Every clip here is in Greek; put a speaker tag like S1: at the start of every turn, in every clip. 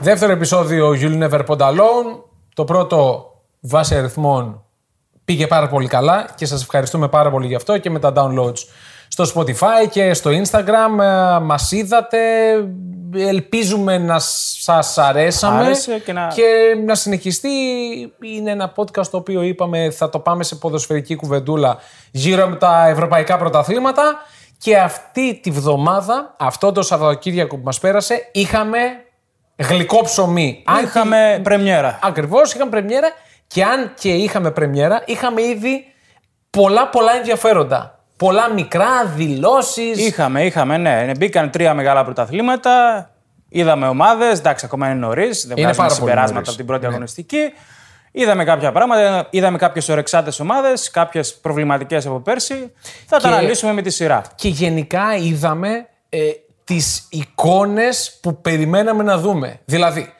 S1: Δεύτερο επεισόδιο You'll Never Pond Alone. Το πρώτο βάσει αριθμών πήγε πάρα πολύ καλά και σας ευχαριστούμε πάρα πολύ γι' αυτό και με τα downloads στο Spotify και στο Instagram. Ε, Μας είδατε, ελπίζουμε να σας αρέσαμε
S2: Άρεσε και να-
S1: Ε, να συνεχιστεί. Είναι ένα podcast το οποίο είπαμε θα το πάμε σε ποδοσφαιρική κουβεντούλα γύρω από τα ευρωπαϊκά πρωταθλήματα και αυτή τη βδομάδα, αυτό το Σαββατοκύριακο που μας πέρασε, είχαμε γλυκό ψωμί. Αν
S2: Είχαμε πρεμιέρα.
S1: Ακριβώς, είχαμε πρεμιέρα και αν και είχαμε πρεμιέρα, είχαμε ήδη πολλά πολλά ενδιαφέροντα. Πολλά μικρά δηλώσεις.
S2: Είχαμε, είχαμε, ναι. Ναι, Μπήκαν τρία μεγάλα πρωταθλήματα. Είδαμε ομάδες. Εντάξει, ακόμα είναι νωρίς. Δεν βγάζουμε
S1: πάρα πολύ νωρίς.
S2: συμπεράσματα
S1: Ναι.
S2: από την πρώτη αγωνιστική. Είδαμε κάποια πράγματα. Είδαμε κάποιες ορεξάτε ομάδες, κάποιες προβληματικές από πέρσι. Θα τα
S1: Και-
S2: αναλύσουμε με τη σειρά.
S1: Και γενικά είδαμε ε, τις εικόνες που περιμέναμε να δούμε. Δηλαδή,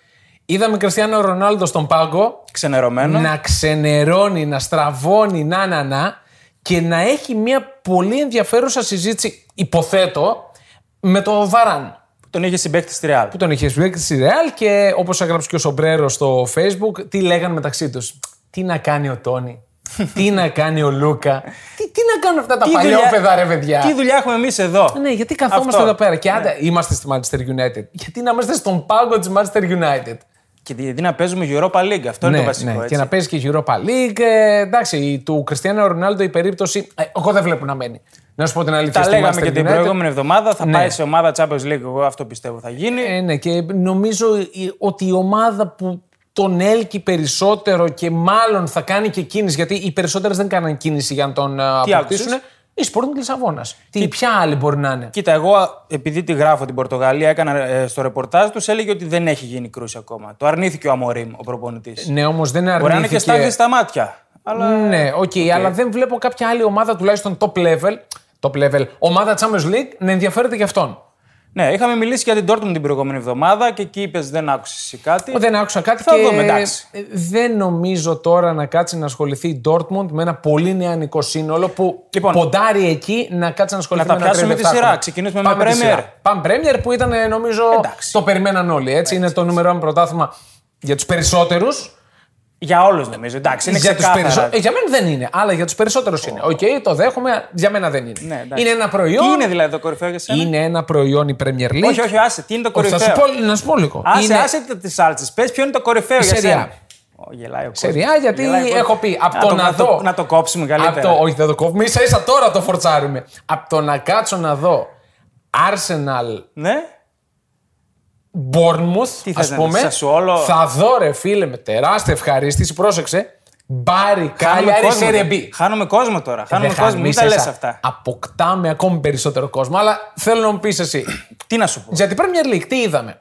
S1: είδαμε Κριστιανό Ρονάλντο στον πάγκο
S2: Ξενερωμένο.
S1: να ξενερώνει, να στραβώνει, να να να και να έχει μια πολύ ενδιαφέρουσα συζήτηση, υποθέτω, με το Βαράν.
S2: Τον είχε συμπέκτη στη Ρεάλ.
S1: που τον είχε πει στη Ρεάλ και όπως έγραψε και ο Σομπρέρο στο Facebook, τι λέγανε μεταξύ τους. Τι να κάνει ο Τόνι, τι να κάνει ο Λούκα, τι, τι να κάνουν αυτά τα
S2: Τι
S1: παλιόπαιδα, ρε παιδιά.
S2: Τι δουλειά έχουμε εμείς εδώ.
S1: Ναι, γιατί καθόμαστε
S2: Αυτό. Ναι.
S1: εδώ πέρα. Και άντε, είμαστε στη Manchester United. Γιατί να είμαστε στον πάγκο της Manchester United.
S2: Και γιατί να παίζουμε Europa League. Αυτό είναι το βασικό.
S1: Ναι, και
S2: έτσι.
S1: να παίζει και η Europa League. Ε, εντάξει, η- του Κριστιανού Ρονάλντο η περίπτωση. ε, Εγώ δεν βλέπω να μένει. Να σου πω την αλήθεια.
S2: Τα
S1: στη
S2: λέγαμε
S1: Manchester
S2: και την
S1: United.
S2: προηγούμενη εβδομάδα. Θα
S1: Ναι.
S2: πάει σε ομάδα Champions League. Εγώ αυτό πιστεύω θα γίνει.
S1: Ε, ναι, και νομίζω η- ότι η ομάδα που τον έλκει περισσότερο και μάλλον θα κάνει και κίνηση, γιατί οι περισσότερες δεν κάνανε κίνηση για να τον ε, αποκτήσουν.
S2: άκουσες?
S1: Η Sporting Λισαβόνα. Τι ποια άλλη μπορεί να είναι.
S2: Κοίτα, εγώ επειδή τη γράφω την Πορτογαλία, έκανα ε, στο ρεπορτάζ τους, έλεγε ότι δεν έχει γίνει κρούση ακόμα. Το αρνήθηκε ο Αμορήμ, ο προπονητής.
S1: Ναι, όμως δεν
S2: Μπορεί να είναι και
S1: αρνήθηκε.
S2: στάδι στα μάτια. Αλλά
S1: Ναι, οκ, αλλά δεν βλέπω κάποια άλλη ομάδα τουλάχιστον top level. Top level. Ομάδα Champions League να ενδιαφέρεται γι' αυτόν.
S2: ναι, είχαμε μιλήσει για την Dortmund την προηγούμενη εβδομάδα και εκεί είπες δεν άκουσες κάτι.
S1: Δεν άκουσα κάτι
S2: Θα
S1: και
S2: δούμε, εντάξει.
S1: ε, δεν νομίζω τώρα να κάτσει να ασχοληθεί η Dortmund με ένα πολύ νεανικό σύνολο που
S2: Λοιπόν,
S1: ποντάρει εκεί να κάτσει να ασχοληθεί
S2: τα
S1: με ένα
S2: πιάσουμε τη
S1: 37χρονο.
S2: σειρά. Ξεκινήσουμε με
S1: Πάμε τη
S2: Premier.
S1: σειρά. Πάμε Premier που ήταν ε, νομίζω
S2: Εντάξει.
S1: το περιμέναν όλοι. Έτσι. Είναι το νούμερο ένα πρωτάθλημα για τους περισσότερους.
S2: Για όλους νομίζω. Εντάξει, είναι
S1: Για, τους
S2: ξεκάθαρα.
S1: περισσο- ε, για μένα δεν είναι, αλλά για τους περισσότερους είναι. Οκ, το δέχομαι. Για μένα δεν είναι.
S2: Ναι, εντάξει.
S1: Ε, είναι ένα
S2: Τι
S1: προϊόν.
S2: είναι δηλαδή το κορυφαίο για σένα.
S1: είναι ένα προϊόν η Premier League.
S2: Όχι, όχι, άσε. Τι είναι το
S1: Όχι,
S2: κορυφαίο.
S1: θα σου πω, να σου πω λίγο.
S2: Άσε,
S1: Είναι-
S2: άσε τις σάλτσες. Πες ποιο είναι το κορυφαίο για
S1: Serie A.
S2: σένα. Ω, γελάει ο κόσμος.
S1: Σεριά, γιατί
S2: Γελάει ο κόσμος.
S1: έχω πει. Από το, να
S2: το-
S1: δω.
S2: Να το κόψουμε καλύτερα.
S1: Απ' το, όχι, δεν το κόβουμε. σα ίσα τώρα το φορτσάρουμε. Από το να κάτσω να δω Arsenal
S2: Ναι.
S1: Bournemouth,
S2: θες
S1: ας
S2: να
S1: πούμε.
S2: δεις, Sassuolo?
S1: Θα δω ρε φίλε με τεράστια ευχαρίστηση. Πρόσεξε. Μπάρι
S2: Χάνουμε
S1: Κάλιαρη
S2: κόσμο,
S1: Serie
S2: τώρα.
S1: B. Ε,
S2: Χάνουμε κόσμο τώρα. Χάνουμε
S1: Δεν
S2: κόσμο. Μην
S1: χάνεις,
S2: τα λε
S1: ίσα.
S2: αυτά.
S1: Αποκτάμε ακόμη περισσότερο κόσμο. Αλλά θέλω να μου πεις εσύ.
S2: Τι να σου πω.
S1: Γιατί Premier League, τι είδαμε.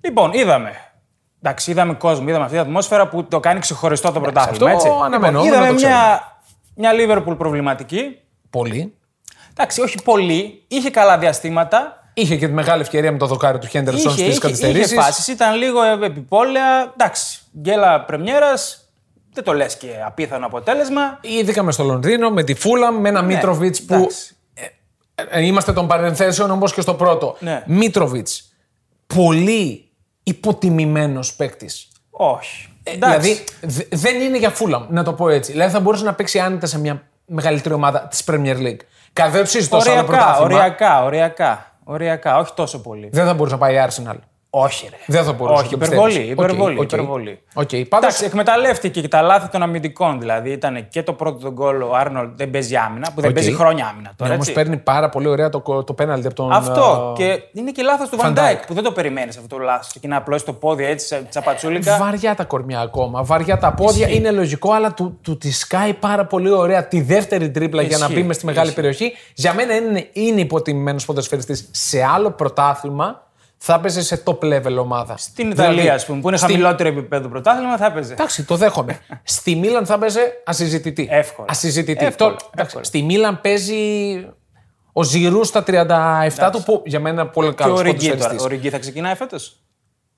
S2: Λοιπόν, είδαμε. Εντάξει, είδαμε κόσμο, είδαμε αυτή την ατμόσφαιρα που το κάνει ξεχωριστό το
S1: αυτό
S2: πρωτάθλημα. Έτσι. Λοιπόν,
S1: αναμενόμενο,
S2: είδαμε
S1: το
S2: μια, μια Liverpool προβληματική.
S1: Πολύ.
S2: Εντάξει, όχι πολύ. Είχε καλά διαστήματα.
S1: Είχε και τη μεγάλη ευκαιρία με το δοκάρι του Χέντερσον
S2: Είχε,
S1: στις
S2: είχε, είχε
S1: καθυστερήσεις.
S2: φάσεις, ήταν λίγο ε, επιπόλαια. Εντάξει, γκέλα πρεμιέρας. Δεν το λες και απίθανο αποτέλεσμα.
S1: Είδηκαμε στο Λονδίνο με τη Φούλαμ, με ένα
S2: Ναι,
S1: Μίτροβιτ που
S2: εντάξει.
S1: Ε, Είμαστε των παρενθέσεων όμω και στο πρώτο.
S2: Ναι.
S1: Μίτροβιτ. Πολύ υποτιμημένος παίκτης.
S2: Όχι. Εντάξει.
S1: Δηλαδή δε- δεν είναι για φούλαμ, να το πω έτσι. Δηλαδή θα μπορούσε να παίξει άνετα σε μια μεγαλύτερη ομάδα της Premier League. Καθ' δεν το συζητώ σε άλλο
S2: οριακά,
S1: πρωτάθλημα.
S2: οριακά, οριακά, οριακά. Όχι τόσο πολύ.
S1: Δεν θα μπορούσε να πάει η Arsenal.
S2: Όχι, ρε.
S1: Δεν θα μπορούσε.
S2: Όχι,
S1: το πιστεύεις.
S2: υπερβολή. υπερβολή,
S1: Οκ, οκ.
S2: υπερβολή.
S1: Οκ, πάντως, ε,
S2: Εντάξει, εκμεταλλεύτηκε και τα λάθη των αμυντικών. Δηλαδή ήταν και το πρώτο τον γκολ ο Άρνολτ δεν παίζει άμυνα, που δεν
S1: Οκ.
S2: παίζει χρόνια άμυνα τώρα.
S1: ναι, όμως
S2: έτσι.
S1: παίρνει πάρα πολύ ωραία το, κο- το πέναλτι από τον.
S2: Αυτό.
S1: ε,
S2: Και είναι και λάθος του
S1: Van
S2: Βαντάικ που δεν το περιμένεις αυτό το λάθος. Και να απλώσεις το πόδι έτσι σε τσαπατσούλικα.
S1: Βαριά τα κορμιά ακόμα, βαριά τα πόδια. Είναι λογικό, αλλά του, του τη σκάει πάρα πολύ ωραία τη δεύτερη τρίπλα για να
S2: Ισχύει,
S1: μπει μες στη μεγάλη
S2: ισχύει.
S1: περιοχή. Για μένα είναι, είναι υποτιμημένος ποδοσφαιριστή. Σε άλλο πρωτάθλημα θα παίζει σε top level ομάδα.
S2: Στην
S1: δηλαδή,
S2: Ιταλία, ας πούμε, που είναι
S1: στη-
S2: χαμηλότερο επίπεδο πρωτάθλημα, θα έπαιζε.
S1: Εντάξει, το δέχομαι. στη Μίλαν θα παίζει ασυζητητή.
S2: Εύκολα.
S1: Ασυζητητή.
S2: Εύκολα,
S1: Το- εντάξει,
S2: εύκολα.
S1: Στη Μίλαν παίζει ο Ζηρού στα 37 του, που για μένα πολύ
S2: Και
S1: καλό
S2: ο Ριγκί τώρα. Ο
S1: ποδοσφαιριστή.
S2: Ριγκί θα ξεκινάει φέτος.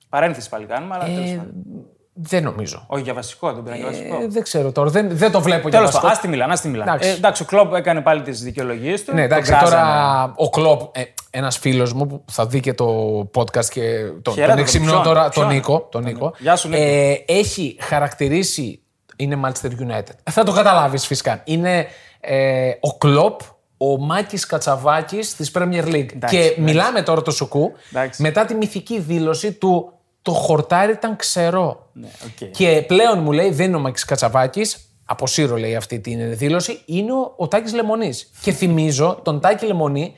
S2: Παρένθεση πάλι κάνουμε, αλλά τέλος πάντων.
S1: Δεν νομίζω.
S2: Όχι για βασικό, δεν πήραν για βασικό.
S1: Ε, Ε, δεν ξέρω τώρα. Δεν, δεν το βλέπω για
S2: Τέλος
S1: βασικό.
S2: πάντων, ας τη μιλάνε. Ας τη μιλάνε.
S1: Εντάξει.
S2: Ε, εντάξει, ο Κλοπ έκανε πάλι τις δικαιολογίες του.
S1: Ναι,
S2: τον
S1: εντάξει,
S2: κράζανε.
S1: τώρα ο Κλοπ, ε, ένας φίλος μου που θα δει και το podcast και τον,
S2: Χαίρετε,
S1: τον εξυμνώ
S2: ποιον,
S1: τώρα, τον
S2: ποιον?
S1: Νίκο. Τον Νίκο.
S2: Γεια σου, Νίκο.
S1: Ε, έχει χαρακτηρίσει. Είναι Manchester United. Θα το καταλάβεις φυσικά. Είναι ε, ο Κλοπ, ο Μάκης Κατσαβάκης της Premier League. και
S2: εντάξει.
S1: μιλάμε τώρα το Σουκού
S2: Εντάξει.
S1: μετά τη μυθική δήλωση του. Το χορτάρι ήταν ξερό.
S2: Ναι, οκ.
S1: Και πλέον μου λέει, δεν είναι ο Μάκης Κατσαβάκης, αποσύρω λέει αυτή την δήλωση, είναι ο, ο Τάκης Λεμονής. Και θυμίζω τον Τάκη Λεμονή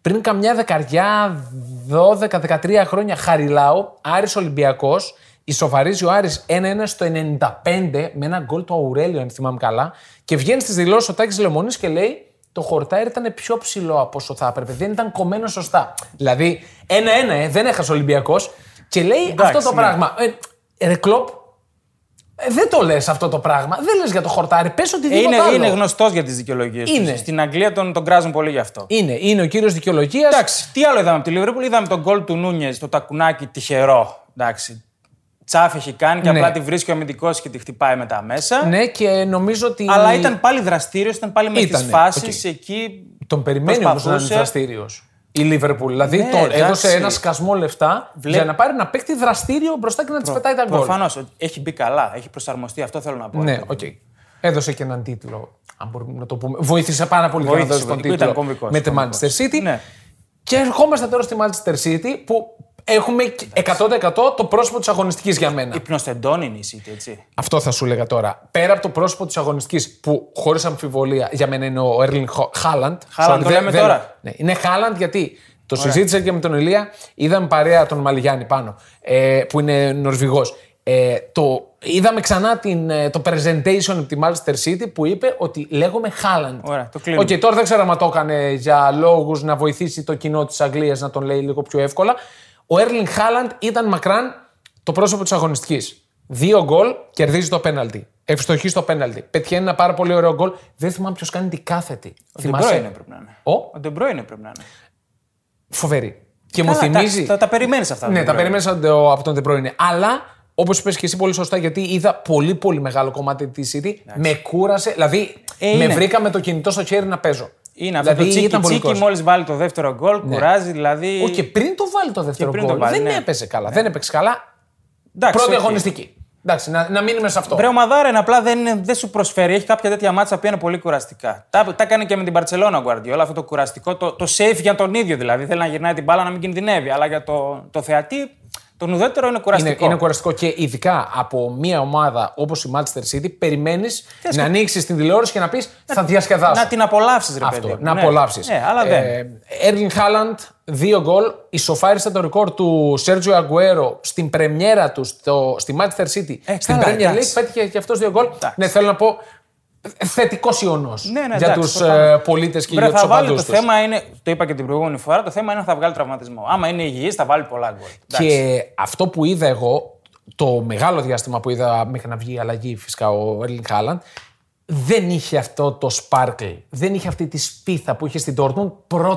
S1: πριν καμιά δεκαριά, 12-13 χρόνια, Χαριλάου, Άρης Ολυμπιακός, ισοφαρίζει ο Άρης 1-1 στο 95 με ένα γκολ του Αουρέλιο, αν θυμάμαι καλά, και βγαίνει στις δηλώσεις ο Τάκης Λεμονής και λέει. Το χορτάρι ήταν πιο ψηλό από όσο θα έπρεπε. Δεν ήταν κομμένο σωστά. Δηλαδή, ένα-ένα, ε, δεν έχασε ο Ολυμπιακός. Και λέει
S2: Εντάξει,
S1: αυτό το
S2: ναι.
S1: πράγμα. Ε, ρε Κλοπ, ε, δεν το λες αυτό το πράγμα. Δεν λες για το χορτάρι. Πες οτιδήποτε
S2: Ε, Είναι,
S1: άλλο.
S2: είναι γνωστός για τις δικαιολογίες
S1: Είναι.
S2: του. Στην Αγγλία τον, τον κράζουν πολύ γι' αυτό.
S1: είναι, είναι ο κύριος δικαιολογίας.
S2: Εντάξει, τι άλλο είδαμε από τη Λίβερπουλ. Είδαμε τον γκολ του Νούνιες, το τακουνάκι τυχερό. Εντάξει. Τσάφ έχει κάνει και
S1: Ναι.
S2: απλά τη βρίσκει ο αμυντικός και τη χτυπάει μετά μέσα.
S1: Ναι, και νομίζω ότι.
S2: Αλλά ήταν πάλι δραστήριος, ήταν πάλι με τις
S1: Ήτανε,
S2: φάσεις
S1: οκ.
S2: εκεί.
S1: Τον περιμένει όμως να είναι
S2: προσπαθούσε.
S1: δραστήριος. Η Λίβερπουλ. Δηλαδή
S2: Ναι,
S1: τον έδωσε
S2: εντάξει.
S1: ένα σκασμό λεφτά
S2: Βλέ-
S1: για να πάρει ένα παίκτη δραστήριο μπροστά και να της πετάει τα γκολ.
S2: Προφανώς έχει μπει καλά, έχει προσαρμοστεί, αυτό θέλω να πω. Δηλαδή,
S1: Ναι, οκ. Έδωσε και έναν τίτλο. Αν μπορούμε να το πούμε. Βοήθησε πάρα πολύ για να
S2: Βοήθησε,
S1: δώσει τον
S2: βοήθησε.
S1: τίτλο
S2: Ήταν κομβικός,
S1: με τη
S2: κομβικός.
S1: Manchester City.
S2: Ναι.
S1: Και ερχόμαστε τώρα στη Manchester City που έχουμε 100% το πρόσωπο της αγωνιστικής για μένα.
S2: Υπνοστεντών είναι η City, έτσι.
S1: Αυτό θα σου έλεγα τώρα. Πέρα από το πρόσωπο της αγωνιστικής που χωρίς αμφιβολία για μένα είναι ο Έρλιν Χάλαντ.
S2: Haaland, το λέμε τώρα.
S1: Ναι, είναι Χάλαντ γιατί το συζήτησα και με τον Ηλία. Είδαμε παρέα τον Μαλιγιάννη πάνω ε, που είναι Νορβηγός. Ε, το, είδαμε ξανά την, ε, το presentation από τη Manchester City που είπε ότι λέγομαι Χάλαντ.
S2: Ωραία, το κλείνουμε.
S1: Οκ, τώρα δεν ξέρω αν το έκανε για λόγους να βοηθήσει το κοινό της Αγγλίας να τον λέει λίγο πιο εύκολα. Ο Έρλινγκ Χάλαντ ήταν μακράν το πρόσωπο της αγωνιστικής. Δύο γκολ, κερδίζει το πέναλτι. Ευστοχής στο πέναλτι. Πετυχαίνει ένα πάρα πολύ ωραίο γκολ. Δεν θυμάμαι ποιος κάνει την κάθετη.
S2: Ο De Bruyne πρέπει να είναι.
S1: Ο?
S2: Ο De Bruyne πρέπει να είναι.
S1: Φοβερή. Και μου
S2: Καλά,
S1: θυμίζει.
S2: εντάξει, Τα, τα περιμένεις αυτά.
S1: Ναι,
S2: De
S1: τα
S2: Bruyne.
S1: περίμενα από το- από τον De Bruyne. Αλλά, όπως είπες και εσύ πολύ σωστά, γιατί είδα πολύ πολύ μεγάλο κομμάτι της City, με κούρασε. Δηλαδή,
S2: Ε,
S1: με
S2: είναι.
S1: βρήκα με το κινητό στο χέρι να παίζω.
S2: Είναι αυτό το τσίκι
S1: Δηλαδή, πολύ
S2: τσίκι,
S1: κόστος. Ναι.
S2: μόλις βάλει το δεύτερο γκολ, κουράζει δηλαδή.
S1: Ο, και πριν το βάλει το δεύτερο
S2: Και πριν το
S1: γκολ.
S2: βάλει,
S1: Δεν
S2: ναι.
S1: έπαιζε καλά. Δεν έπαιξε καλά.
S2: Εντάξει,
S1: Πρώτη
S2: οκ.
S1: αγωνιστική. Εντάξει, να, να μείνουμε σε αυτό.
S2: Βρε ομαδάρα είναι, απλά δεν, είναι- δεν σου προσφέρει. Έχει κάποια τέτοια μάτσα που είναι πολύ κουραστικά. Τα, τα έκανε και με την Παρσελόνα ο Γκουαρδιόλα. Αυτό το κουραστικό, το, το safe για τον ίδιο δηλαδή. Θέλει να γυρνάει την μπάλα να μην κινδυνεύει. Αλλά για το, το θεατή, το νουδέτερο είναι
S1: Είναι,
S2: κουραστικό.
S1: είναι κουραστικό και ειδικά από μια ομάδα όπως η Manchester City, περιμένεις να ανοίξεις την τηλεόραση και να πεις θα διασκεδάσω.
S2: Να την απολαύσεις, ρε
S1: Αυτό,
S2: παιδί. μου.
S1: να Ε,
S2: Ναι.
S1: απολαύσεις.
S2: Ναι, αλλά δεν.
S1: Έργιν Χάλαντ, δύο γκολ. Ισοφάρισε το ρεκόρ του Σέρτζιο Αγκουέρο στην πρεμιέρα του στο, στη Manchester City.
S2: Ε,
S1: στην
S2: καλά,
S1: Premier
S2: εντάξει.
S1: League πέτυχε και αυτός δύο γκολ.
S2: Εντάξει.
S1: Ναι, θέλω να πω. Θετικός ιονός
S2: Ναι, ναι,
S1: για
S2: εντάξει,
S1: τους
S2: προφανώς.
S1: πολίτες και
S2: Βρε,
S1: για του
S2: θα βάλει,
S1: οπαδού
S2: το
S1: τους.
S2: θέμα είναι, το είπα και την προηγούμενη φορά, το θέμα είναι αν θα βγάλει τραυματισμό. Άμα είναι υγιής, θα βάλει πολλά γκολ. Εντάξει.
S1: Και αυτό που είδα εγώ, το μεγάλο διάστημα που είδα μέχρι να βγει η αλλαγή φυσικά ο Έρλιν Χάλαντ, δεν είχε αυτό το sparkle, δεν είχε αυτή τη σπίθα που είχε στην Dortmund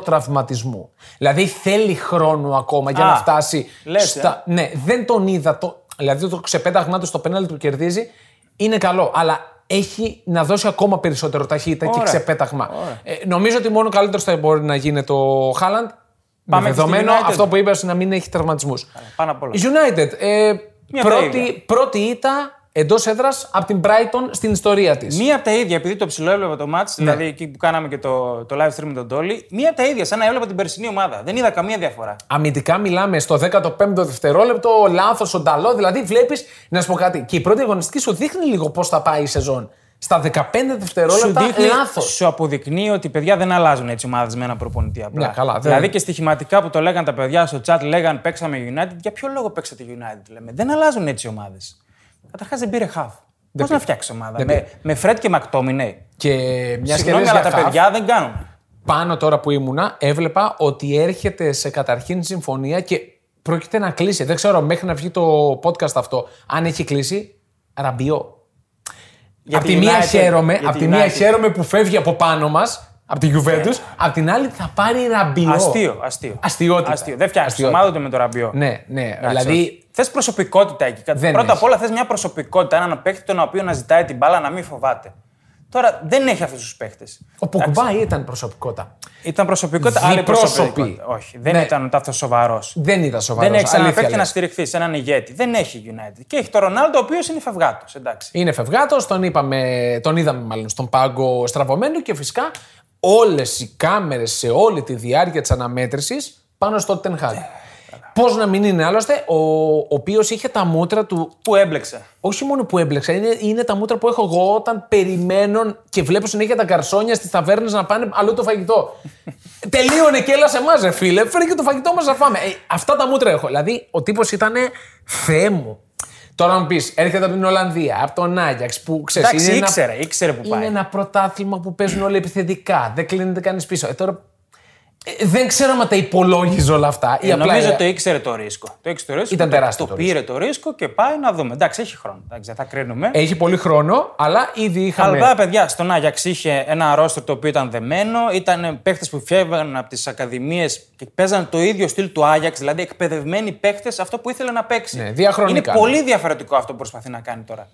S1: προ-τραυματισμού. Δηλαδή θέλει χρόνο ακόμα για
S2: Α,
S1: να φτάσει
S2: λες, ε.
S1: στα... Ναι, δεν τον είδα. Το... Δηλαδή το ξεπέταγμά του στο πέναλτι που κερδίζει είναι καλό, αλλά έχει να δώσει ακόμα περισσότερο ταχύτητα και
S2: Ωραία.
S1: ξεπέταγμα. Ε, νομίζω ότι μόνο καλύτερο θα μπορεί να γίνεται ο Χάλαντ.
S2: Πάμε
S1: με
S2: και στη
S1: δεδομένο
S2: United.
S1: αυτό που είπες να μην έχει τραυματισμούς.
S2: Πάνω απ' όλα.
S1: United. Ε,
S2: Ε, Μια τα
S1: πρώτη,
S2: ίδια.
S1: πρώτη ήττα εντός έδρας από την Brighton στην ιστορία της.
S2: Μία από τα ίδια, επειδή το ψηλό έβλεπα το match, δηλαδή εκεί που κάναμε και το, το live stream με τον Τόλι, μία από τα ίδια, σαν να έβλεπα την περσινή ομάδα. Δεν είδα καμία διαφορά.
S1: Αμυντικά μιλάμε στο 15ο δευτερόλεπτο, λάθος, ο νταλό. Δηλαδή βλέπεις να σου πω κάτι. Και η πρώτη αγωνιστική σου δείχνει λίγο πώς θα πάει η σεζόν. Στα 15 δευτερόλεπτα λάθος.
S2: σου αποδεικνύει ότι παιδιά δεν αλλάζουν έτσι ομάδες με έναν προπονητή απλά.
S1: Ναι, καλά, δεν-
S2: δηλαδή και στοιχηματικά που το λέγαν τα παιδιά στο chat, λέγαν παίξαμε United. Για ποιο λόγο παίξατε United, λέμε. Δεν αλλάζουν έτσι ομάδες. Καταρχάς δεν πήρε half. Πώς να φτιάξει ομάδα. Με, με Fred και McTominay.
S1: Και μια και
S2: Συγγνώμη,
S1: λες
S2: αλλά
S1: για
S2: τα
S1: half,
S2: παιδιά δεν κάνουν.
S1: πάνω τώρα που ήμουνα, έβλεπα ότι έρχεται σε καταρχήν συμφωνία και πρόκειται να κλείσει. Δεν ξέρω μέχρι να βγει το podcast αυτό. Αν έχει κλείσει, ραμπιό.
S2: Για
S1: απ'
S2: τη
S1: τη μία
S2: United-
S1: χαίρομαι,
S2: για
S1: απ'
S2: τη
S1: τη μία
S2: United.
S1: χαίρομαι που φεύγει από πάνω μας από τη Juventus. Απ' την άλλη θα πάρει ραμπιό.
S2: Αστείο, αστείο.
S1: Αστείωτητα.
S2: Αστείο. Δεν φτιάχνει
S1: Αστείωτητα.
S2: ομάδα ούτε με το ραμπιό.
S1: Ναι, ναι. Δηλαδή
S2: Θες προσωπικότητα εκεί. Κατα-
S1: Δεν
S2: Πρώτα
S1: έχει.
S2: απ' όλα θες μια προσωπικότητα, έναν παίχτη τον οποίο να ζητάει την μπάλα να μην φοβάται. Τώρα δεν έχει αυτούς τους παίχτε.
S1: ο Ποκμπά ήταν προσωπικότητα.
S2: Ήταν προσωπικότητα, άλλη
S1: Διπρόσωποι.
S2: προσωπικότητα. Όχι, δεν
S1: Ναι.
S2: ήταν αυτός σοβαρός.
S1: Δεν ήταν σοβαρό.
S2: Δεν έχει έναν παίχτη να στηριχθείς, έναν ηγέτη. Δεν έχει United. Και έχει τον Ρονάλντο, ο οποίος είναι φευγάτος. Εντάξει.
S1: Είναι φευγάτος, τον, είπαμε, τον είδαμε μάλλον στον πάγκο στραβωμένο και φυσικά όλες οι κάμερες σε όλη τη διάρκεια της αναμέτρησης πάνω στο
S2: Ε,
S1: Τενχάγκ. Πώς να μην είναι άλλωστε, ο, ο οποίος είχε τα μούτρα του.
S2: Που έμπλεξε.
S1: Όχι μόνο που έμπλεξα, είναι, είναι τα μούτρα που έχω εγώ όταν περιμένω και βλέπω συνέχεια τα καρσόνια στις ταβέρνες να πάνε αλλού το φαγητό. Τελείωνε και έλα σε εμάς, ρε φίλε. Φέρε και το φαγητό μας να φάμε. Ε, αυτά τα μούτρα έχω. Δηλαδή, ο τύπος ήταν θεέ μου. Τώρα μου πεις, έρχεται από την Ολλανδία, από τον Άγιαξ που ξέρεις.
S2: Εντάξει, ήξερε, ήξερε που
S1: Είναι
S2: πάει.
S1: ένα πρωτάθλημα που παίζουν όλοι επιθετικά. Δεν κλείνεται κανείς πίσω. Ε, τώρα, ε, δεν ξέρω αν τα υπολόγιζε όλα αυτά. Ή
S2: Ε,
S1: απλά,
S2: Νομίζω
S1: ε,
S2: το ήξερε το ρίσκο. Το ήξερε το ρίσκο.
S1: Ήταν
S2: το-
S1: τεράστιο
S2: Το,
S1: το
S2: πήρε το ρίσκο και πάει να δούμε. Εντάξει, έχει χρόνο. Εντάξει, δεν θα κρίνουμε.
S1: Έχει πολύ χρόνο, αλλά ήδη είχαμε.
S2: Αλλά τα παιδιά στον Άγιαξ είχε ένα ρόστρο το οποίο ήταν δεμένο. Ήταν παίχτες που φεύγαν από τις ακαδημίες και παίζαν το ίδιο στυλ του Άγιαξ, δηλαδή εκπαιδευμένοι παίχτες αυτό που ήθελε να παίξει.
S1: Ναι, διαχρονικά.
S2: Είναι πολύ διαφορετικό αυτό που προσπαθεί να κάνει τώρα.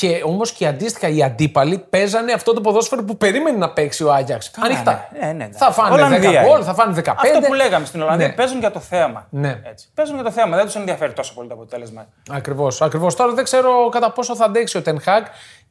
S1: Και όμως και αντίστοιχα οι αντίπαλοι παίζανε αυτό το ποδόσφαιρο που περίμενε να παίξει ο Άγιαξ. Ανοιχτά.
S2: ναι, ναι, ναι.
S1: Θα φάνε 10
S2: Ολλανδία
S1: γκολ,
S2: είναι.
S1: θα φάνε 15.
S2: Αυτό που λέγαμε στην Ολλανδία.
S1: Ναι.
S2: Παίζουν για το θέαμα.
S1: Ναι.
S2: Έτσι. Παίζουν για το θέαμα. Δεν τους ενδιαφέρει τόσο πολύ το αποτέλεσμα.
S1: Ακριβώς. Ακριβώς. Τώρα δεν ξέρω κατά πόσο θα αντέξει ο Ten Hag.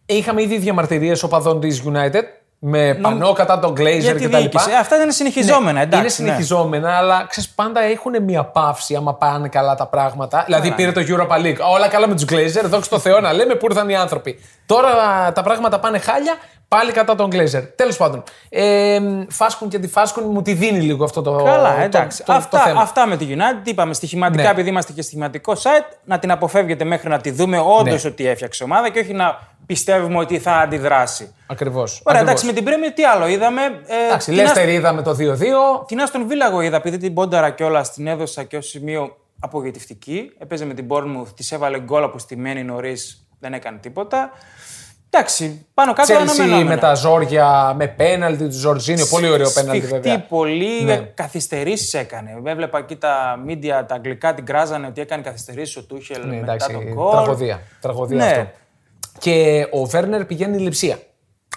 S1: Είχαμε ήδη διαμαρτυρίες οπαδών της United με πανό κατά τον
S2: Για
S1: Glazer
S2: τη
S1: κτλ.
S2: διοίκηση. Αυτά είναι συνεχιζόμενα. εντάξει,
S1: Ναι. είναι
S2: ναι.
S1: συνεχιζόμενα, αλλά ξέρεις, πάντα έχουν μια παύση άμα πάνε καλά τα πράγματα. Δηλαδή, πήρε το Europa League. Όλα καλά με τους Glazer. Δόξα τω Θεώ να λέμε που ήρθαν οι άνθρωποι. Τώρα τα πράγματα πάνε χάλια, πάλι κατά τον Glazer. Τέλος πάντων, ε, φάσκουν και τη φάσκουν μου τη δίνει λίγο αυτό το,
S2: Καλά,
S1: το-
S2: εντάξει.
S1: το- το
S2: αυτά,
S1: θέμα.
S2: αυτά με τη United. τι Είπαμε στοιχηματικά,
S1: Ναι.
S2: επειδή είμαστε και στοιχηματικό site, να την αποφεύγετε μέχρι να τη δούμε όντως
S1: Ναι.
S2: ότι έφτιαξε ομάδα και όχι να πιστεύουμε ότι θα αντιδράσει.
S1: Ακριβώς.
S2: Ωραία, εντάξει, με την Πρέμιερ τι άλλο είδαμε. Ε,
S1: Εντάξει,
S2: την Aston-
S1: Λέστερ είδαμε το 2-2.
S2: Την Άστον Βίλα εγώ είδα, επειδή την πόνταρα κιόλας την έδωσα και ως σημείο απογοητευτική. Έπαιζε με την Bournemouth, της έβαλε γκολ αποστημένη νωρίς, δεν έκανε τίποτα. Εντάξει, πάνω κάτω
S1: Τσέλσι
S2: αναμενόμενα.
S1: με τα ζόρια, με πέναλτι του Ζορζίνιο. Πολύ ωραίο πέναλτι
S2: Σφιχτή
S1: βέβαια.
S2: πολύ,
S1: Ναι.
S2: ναι. καθυστερήσεις έκανε. Έβλεπα εκεί τα μίντια, τα αγγλικά την κράζανε ότι έκανε καθυστερήσεις ο Τούχελ
S1: Ναι,
S2: μετά
S1: εντάξει,
S2: τον κόλ.
S1: τραγωδία. Τραγωδία
S2: Ναι.
S1: αυτό. Και ο Βέρνερ πηγαίνει λειψία.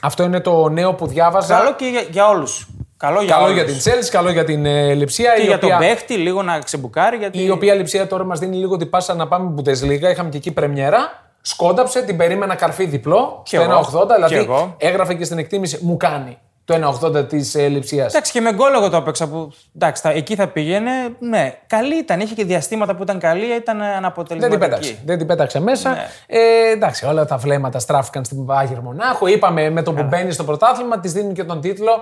S1: Αυτό είναι το νέο που διάβαζα.
S2: Καλό και για, για όλους. Καλό για,
S1: Καλό
S2: όλους.
S1: για την Τσέλση, καλό για την ε, λειψία.
S2: Και
S1: η
S2: για
S1: οποία...
S2: τον παίχτη, λίγο να ξεμπουκάρει. Γιατί...
S1: Η οποία λειψία τώρα μας δίνει λίγο την πάσα να πάμε Μπουντεσλίγα. Είχαμε και εκεί πρεμιέρα. Σκόνταψε, την περίμενα καρφί διπλό.
S2: Κι
S1: στο
S2: εγώ,
S1: 1,80. Δηλαδή
S2: κι εγώ.
S1: έγραφε και στην εκτίμηση μου κάνει το 1,80 τη λειψία.
S2: Εντάξει, και με γκολ εγώ το έπαιξα. Που... Εντάξει, θα- εκεί θα πήγαινε. Ναι, καλή ήταν. Είχε και διαστήματα που ήταν καλή, ήταν ε,
S1: Δεν την
S2: αναποτελεσματική.
S1: πέταξε. Δεν την πέταξε μέσα.
S2: Ναι.
S1: Ε, εντάξει, όλα τα βλέμματα στράφηκαν στην Πάγερ Μονάχου. Είπαμε με το
S2: Ναι.
S1: που μπαίνει στο πρωτάθλημα, της δίνουν και τον τίτλο.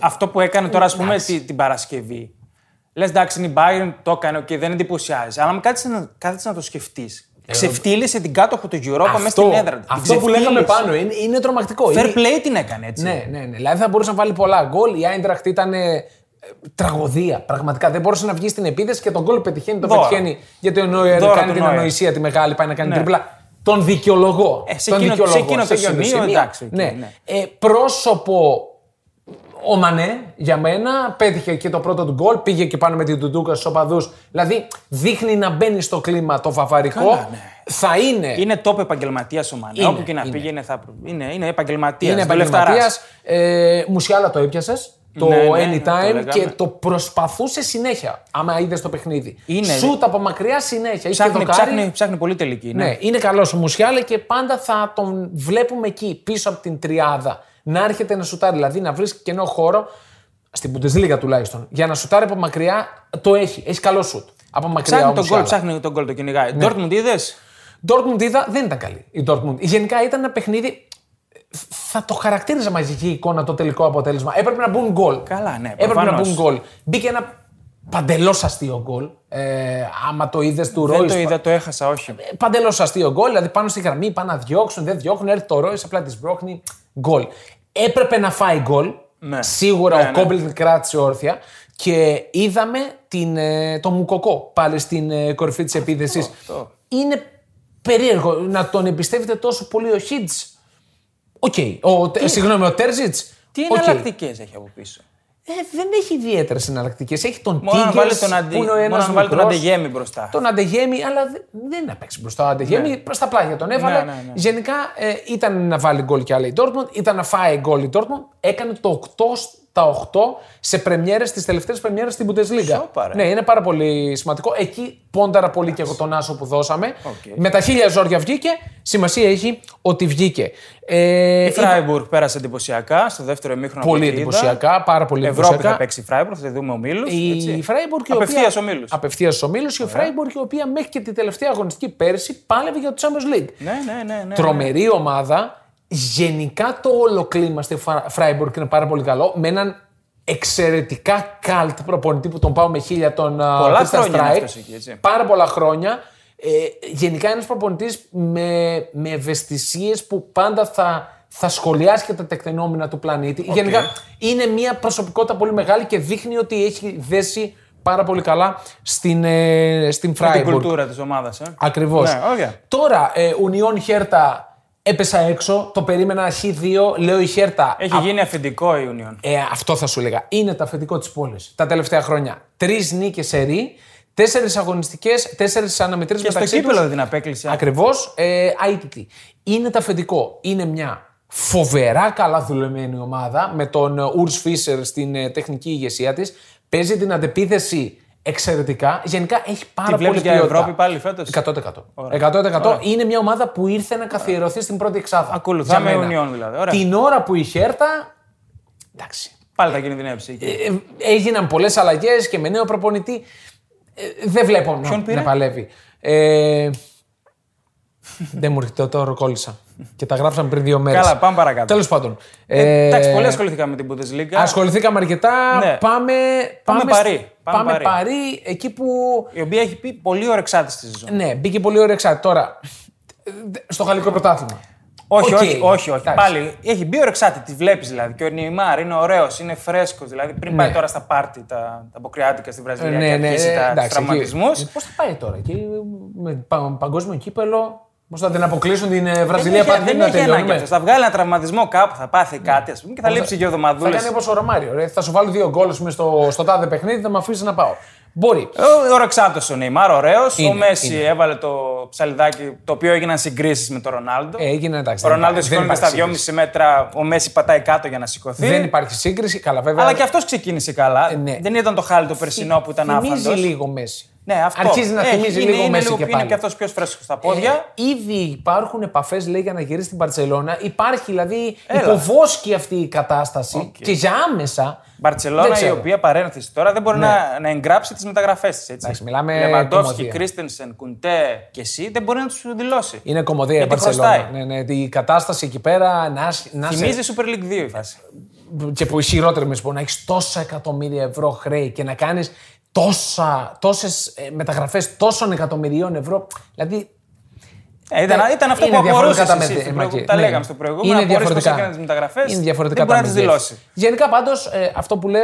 S2: Αυτό που έκανε τώρα, ας πούμε, την, την Παρασκευή. Λες, εντάξει, είναι η Bayern, το έκανε, οκ, δεν εντυπωσιάζει. Αλλά με κάτσε να, κάθεσαι να το σκεφτείς. Ξεφτύλισε την κάτοχο του Europa μέσα στην έδρα
S1: Ε,
S2: του. Την
S1: αυτό που
S2: ξεφτύλισε.
S1: λέγαμε πάνω είναι, είναι τρομακτικό.
S2: Fair
S1: Είναι-
S2: play την έκανε έτσι.
S1: Ναι, ναι, ναι. Δηλαδή θα μπορούσε να βάλει πολλά γκολ. Η Άιντραχτ ήταν ε, ε, τραγωδία. Πραγματικά δεν μπορούσε να βγει στην επίθεση και τον γκολ που πετυχαίνει. Τον
S2: Δώρο.
S1: πετυχαίνει γιατί ο Νόιερ
S2: Δώρο
S1: κάνει
S2: του
S1: την
S2: Νόιερ.
S1: ανοησία τη μεγάλη, πάει να κάνει
S2: Ναι.
S1: τριπλά. Τον δικαιολογώ.
S2: Ε, σε
S1: τον
S2: εκείνο- σε
S1: δικαιολογώ.
S2: εκείνο το σημείο, εντάξει, εκεί,
S1: ναι.
S2: ναι.
S1: Ε, πρόσωπο ο Μανέ για μένα πέτυχε και το πρώτο του γκολ, πήγε και πάνω με την Τουντούκα στους οπαδούς. Δηλαδή δείχνει να μπαίνει στο κλίμα το βαβαρικό.
S2: Καλά, ναι.
S1: Θα είναι
S2: Είναι top επαγγελματίας ο Μανέ.
S1: Είναι,
S2: Όπου και να
S1: είναι.
S2: πήγαινε θα. προ- Είναι, είναι επαγγελματίας.
S1: Είναι επαγγελματίας. Ε, μουσιάλα το έπιασες. Το
S2: Ναι, ναι, ναι, το
S1: anytime
S2: λέγαμε.
S1: και το προσπαθούσε συνέχεια. Άμα είδες το παιχνίδι.
S2: Είναι.
S1: Σούτ από μακριά συνέχεια. Είχε
S2: Ψάχνει,
S1: δοκάρι.
S2: ψάχνει, ψάχνει πολύ τελική. Ναι.
S1: Ναι, είναι καλός ο Μουσιάλα και πάντα θα τον βλέπουμε εκεί πίσω από την τριάδα. Να έρχεται να σουτάρει, δηλαδή να βρεις κενό χώρο. Στην Bundesliga τουλάχιστον. Για να σουτάρει από μακριά το έχει. Έχει καλό σουτ. Από μακριά
S2: Ψάχνει
S1: ο
S2: τον γκολ,
S1: Μουσιάλα.
S2: ψάχνει τον γκολ, το κυνηγάει.
S1: Ναι.
S2: Ντόρτμουντ είδες.
S1: Dortmund είδα δεν ήταν καλή η Dortmund. Γενικά ήταν ένα παιχνίδι. Θα το χαρακτήριζα μαζική εικόνα το τελικό αποτέλεσμα. Έπρεπε να μπουν γκολ.
S2: Καλά, ναι,
S1: Έπρεπε να
S2: προφανώς.
S1: μπουν γκολ. Μπήκε ένα παντελώς αστείο γκολ. Ε, άμα το Ε, είδες του
S2: Δεν
S1: Ρόις.
S2: το είδα, το έχασα, όχι.
S1: Παντελώς αστείο γκολ. Δηλαδή πάνω στη γραμμή πάνε να διώξουν, δεν διώχνουν. Έρθει το Ρόις, απλά τη σπρώχνει γκολ. Έπρεπε να φάει γκολ.
S2: Ναι.
S1: Σίγουρα
S2: Ναι,
S1: ο
S2: ναι.
S1: Κόμπελ κράτησε όρθια. Και είδαμε την, ε, τον Μουκοκό πάλι στην ε, κορυφή της επίθεσης.
S2: αυτό.
S1: Είναι περίεργο να τον εμπιστεύεται τόσο πολύ ο Χίτ. Οκ. Ο, τε- συγγνώμη, ο Τέρζιτ.
S2: Τι
S1: Οκ.
S2: εναλλακτικές έχει από πίσω.
S1: Ε, δεν έχει ιδιαίτερες εναλλακτικές. Έχει τον
S2: Μόνο να
S1: Τίγκερς,
S2: βάλει τον, αντι...
S1: που είναι ο
S2: μόνο
S1: ένας
S2: να βάλει τον
S1: μικρός.
S2: Αντεγέμι μπροστά.
S1: Τον Αντεγέμι, αλλά δε- δεν είναι να παίξει μπροστά. Ο Αντεγέμι
S2: Ναι.
S1: προς τα πλάγια τον έβαλε.
S2: Ναι, ναι, ναι.
S1: Γενικά ε, ήταν να βάλει γκολ και άλλη η Dortmund, ήταν να φάει γκολ η Dortmund. Έκανε το 8 στα 8 σε πρεμιέρες, τις τελευταίες πρεμιέρες στην Bundesliga.
S2: Σόπα, ρε.
S1: Ναι, είναι πάρα πολύ σημαντικό. Εκεί πόνταρα πολύ και εγώ τον Άσο που δώσαμε.
S2: Οκ.
S1: Με τα χίλια ζόρια βγήκε. Σημασία έχει ότι βγήκε. Ε,
S2: Η Φράιμπουργκ πέρασε εντυπωσιακά στο δεύτερο ημίχρονο. από
S1: Πολύ
S2: την Είδα.
S1: εντυπωσιακά, πάρα πολύ
S2: Ευρώπη θα
S1: εντυπωσιακά.
S2: παίξει η Φράιμπουργκ, θα τη δούμε ομίλου.
S1: Η Φράιμπουργκ. η οποία-
S2: Απευθείας ομίλους.
S1: Απευθείας ομίλους, Η Φράιμπουργκ, η οποία μέχρι και τη τελευταία αγωνιστική πέρσι πάλευε για το Champions League.
S2: Ναι, ναι, ναι. ναι.
S1: Τρομερή ομάδα. Γενικά το όλο κλίμα στη Φρα- Φράιμπουργκ είναι πάρα πολύ καλό. Με έναν εξαιρετικά καλτ προπονητή που τον πάω με χίλια τον
S2: Πολλά
S1: Πολλά
S2: χρόνια είναι αυτός εκεί, έτσι.
S1: Πάρα πολλά χρόνια. Ε, γενικά ένας προπονητής με, με ευαισθησίες που πάντα θα, θα σχολιάσει και τα τεκτενόμενα του πλανήτη. Γενικά είναι μια προσωπικότητα πολύ μεγάλη και δείχνει ότι έχει δέσει πάρα πολύ καλά στην, ε, στην
S2: Την
S1: Φράιμπουργκ.
S2: κουλτούρα της ομάδας. Ε.
S1: Ακριβώς.
S2: Ναι, ωραία.
S1: Τώρα, ε, Union Χέρτα έπεσα έξω. Το περίμενα Χ2. Λέω η Χέρτα.
S2: Έχει γίνει αφεντικό η Union.
S1: Ε, αυτό θα σου έλεγα. Είναι το αφεντικό της πόλης τα τελευταία χρόνια. Τρεις νίκες σε ρή, τέσσερις αγωνιστικές, τέσσερις αναμετρήσεις
S2: Και στο
S1: μεταξύ
S2: κύπελο
S1: τους.
S2: δεν την απέκλεισε.
S1: Ακριβώς. Ε, ITT. Είναι τα αφεντικό. Είναι μια φοβερά καλά δουλεμένη ομάδα με τον Ουρ Φίσερ στην ε, τεχνική ηγεσία της. Παίζει την αντεπίθεση εξαιρετικά. Γενικά έχει πάρα
S2: Τη
S1: πολύ
S2: βλέπει για
S1: ποιότητα.
S2: Ευρώπη πάλι φέτος.
S1: 100%.
S2: Ωραία.
S1: 100%.
S2: Ωραία.
S1: Είναι μια ομάδα που ήρθε να καθιερωθεί στην πρώτη εξάδα.
S2: Ακολουθάμε
S1: Για μένα.
S2: Union δηλαδή. Ωραία.
S1: Την ώρα που η Χέρτα. Εντάξει.
S2: Πάλι θα κινδυνεύσει. εκεί.
S1: Ε, έγιναν πολλές αλλαγές και με νέο προπονητή. Ε, δεν βλέπω να,
S2: Ποιον πήρε?
S1: να παλεύει. Ε, δεν μου έρχεται τώρα, κόλλησα. και τα γράψαμε πριν δύο μέρες.
S2: Καλά, πάμε παρακάτω.
S1: Τέλος πάντων.
S2: Ε, Εντάξει,
S1: Ε,
S2: πολύ ασχοληθήκαμε με την Bundesliga.
S1: Ασχοληθήκαμε αρκετά.
S2: Ναι.
S1: Πάμε,
S2: Πάμε
S1: σ-
S2: Παρί. Πάμε
S1: Πάμε
S2: Παρί.
S1: Παρί, εκεί που
S2: Η οποία έχει πει πολύ ωραία εξάρτηση στη σεζόν.
S1: Ναι, μπήκε πολύ ωραία εξάρτη. Τώρα, στο γαλλικό πρωτάθλημα.
S2: Όχι,
S1: Οκ.
S2: όχι, όχι. όχι.
S1: Εντάξει.
S2: Πάλι έχει μπει ο Ρεξάτη, τη βλέπεις δηλαδή. Και ο Νιμάρ είναι ωραίος, είναι φρέσκος. Δηλαδή πριν πάει τώρα στα πάρτι τα, τα αποκριάτικα στη Βραζιλία
S1: ναι,
S2: και
S1: ναι,
S2: αρχίσει τα
S1: εντάξει,
S2: τραυματισμού.
S1: εκεί- ε, Πώς θα πάει τώρα, εκεί, με πα- παγκόσμιο κύπελο, πώς θα την αποκλείσουν την ε, Βραζιλία, πάτε
S2: δεν
S1: να
S2: έχει ανάγκη
S1: τελειώνουμε.
S2: αυτός. Θα βγάλει ένα τραυματισμό κάπου, θα πάθει κάτι ας πούμε, και θα λείψει δύο
S1: Θα
S2: εβδομαδούλε.
S1: κάνει όπως ο Ρωμάριο, ρε. θα σου βάλω δύο γκολ ας πούμε, στο, στο τάδε παιχνίδι, θα με αφήσεις να πάω. Μπορεί.
S2: Ε, Ο Ρεξάτο ο Νιμάρ, ωραίος. Ο
S1: Είναι,
S2: Μέση
S1: είναι.
S2: έβαλε το ψαλιδάκι το οποίο έγιναν συγκρίσεις με τον Ρονάλντο.
S1: Ε, έγινε εντάξει.
S2: ο
S1: δεν
S2: Ρονάλντος
S1: υπάρχει-
S2: σηκώνεται στα
S1: υπάρχει σύγκριση.
S2: 2,5 μέτρα, ο Μέση πατάει κάτω για να σηκωθεί.
S1: Δεν υπάρχει σύγκριση, καλά βέβαια.
S2: Αλλά και αυτός ξεκίνησε καλά.
S1: ναι.
S2: Δεν ήταν το χάλι το περσινό που ήταν
S1: Θυμίζει
S2: άφαντος.
S1: λίγο Μέση.
S2: Ναι, αυτό.
S1: Αρχίζει να
S2: Έχει,
S1: θυμίζει
S2: είναι,
S1: λίγο
S2: είναι
S1: Μέση και
S2: είναι
S1: πάλι.
S2: και αυτός πιο φρέσκος στα πόδια.
S1: Ε, ήδη υπάρχουν επαφές, λέει, για να γυρίσει στην Παρσελώνα. Υπάρχει δηλαδή
S2: Έλα.
S1: υποβόσκει αυτή η κατάσταση και για άμεσα. δεν
S2: Μπαρτσελώνα, η
S1: ξέρω. Ναι.
S2: οποία παρένθεση τώρα δεν μπορεί να, να εγγράψει τις μεταγραφές της.
S1: Εντάξει, μιλάμε
S2: Λεβαντόφσκι,
S1: κομμωδία.
S2: Κρίστενσεν, Κουντέ και εσύ δεν μπορεί να τους δηλώσει.
S1: Είναι κομμωδία η
S2: Γιατί
S1: Παρσελώνα. Ναι,
S2: χρωστάει.
S1: ναι, η κατάσταση εκεί πέρα να, σ- να σε-
S2: Θυμίζει Super League 2 η φάση.
S1: και που ισχυρότερο με να έχεις τόσα εκατομμύρια ευρώ χρέη και να κάνεις τόσε μεταγραφέ ε, τόσων εκατομμυρίων ευρώ. Δηλαδή
S2: Ε, ήταν,
S1: Ναι,
S2: ήταν αυτό
S1: είναι
S2: που απορούσε.
S1: διαφορετικά
S2: Τα,
S1: τα μετε- μακε-
S2: τα
S1: ναι.
S2: λέγαμε στο προηγούμενο.
S1: Είναι
S2: Είναι
S1: διαφορετικά.
S2: διαφορετικά. έκανε τι μεταγραφές.
S1: Είναι διαφορετικά
S2: Δεν μπορεί
S1: τα
S2: να τις
S1: μεγέθη.
S2: δηλώσεις.
S1: Γενικά πάντως αυτό που λες,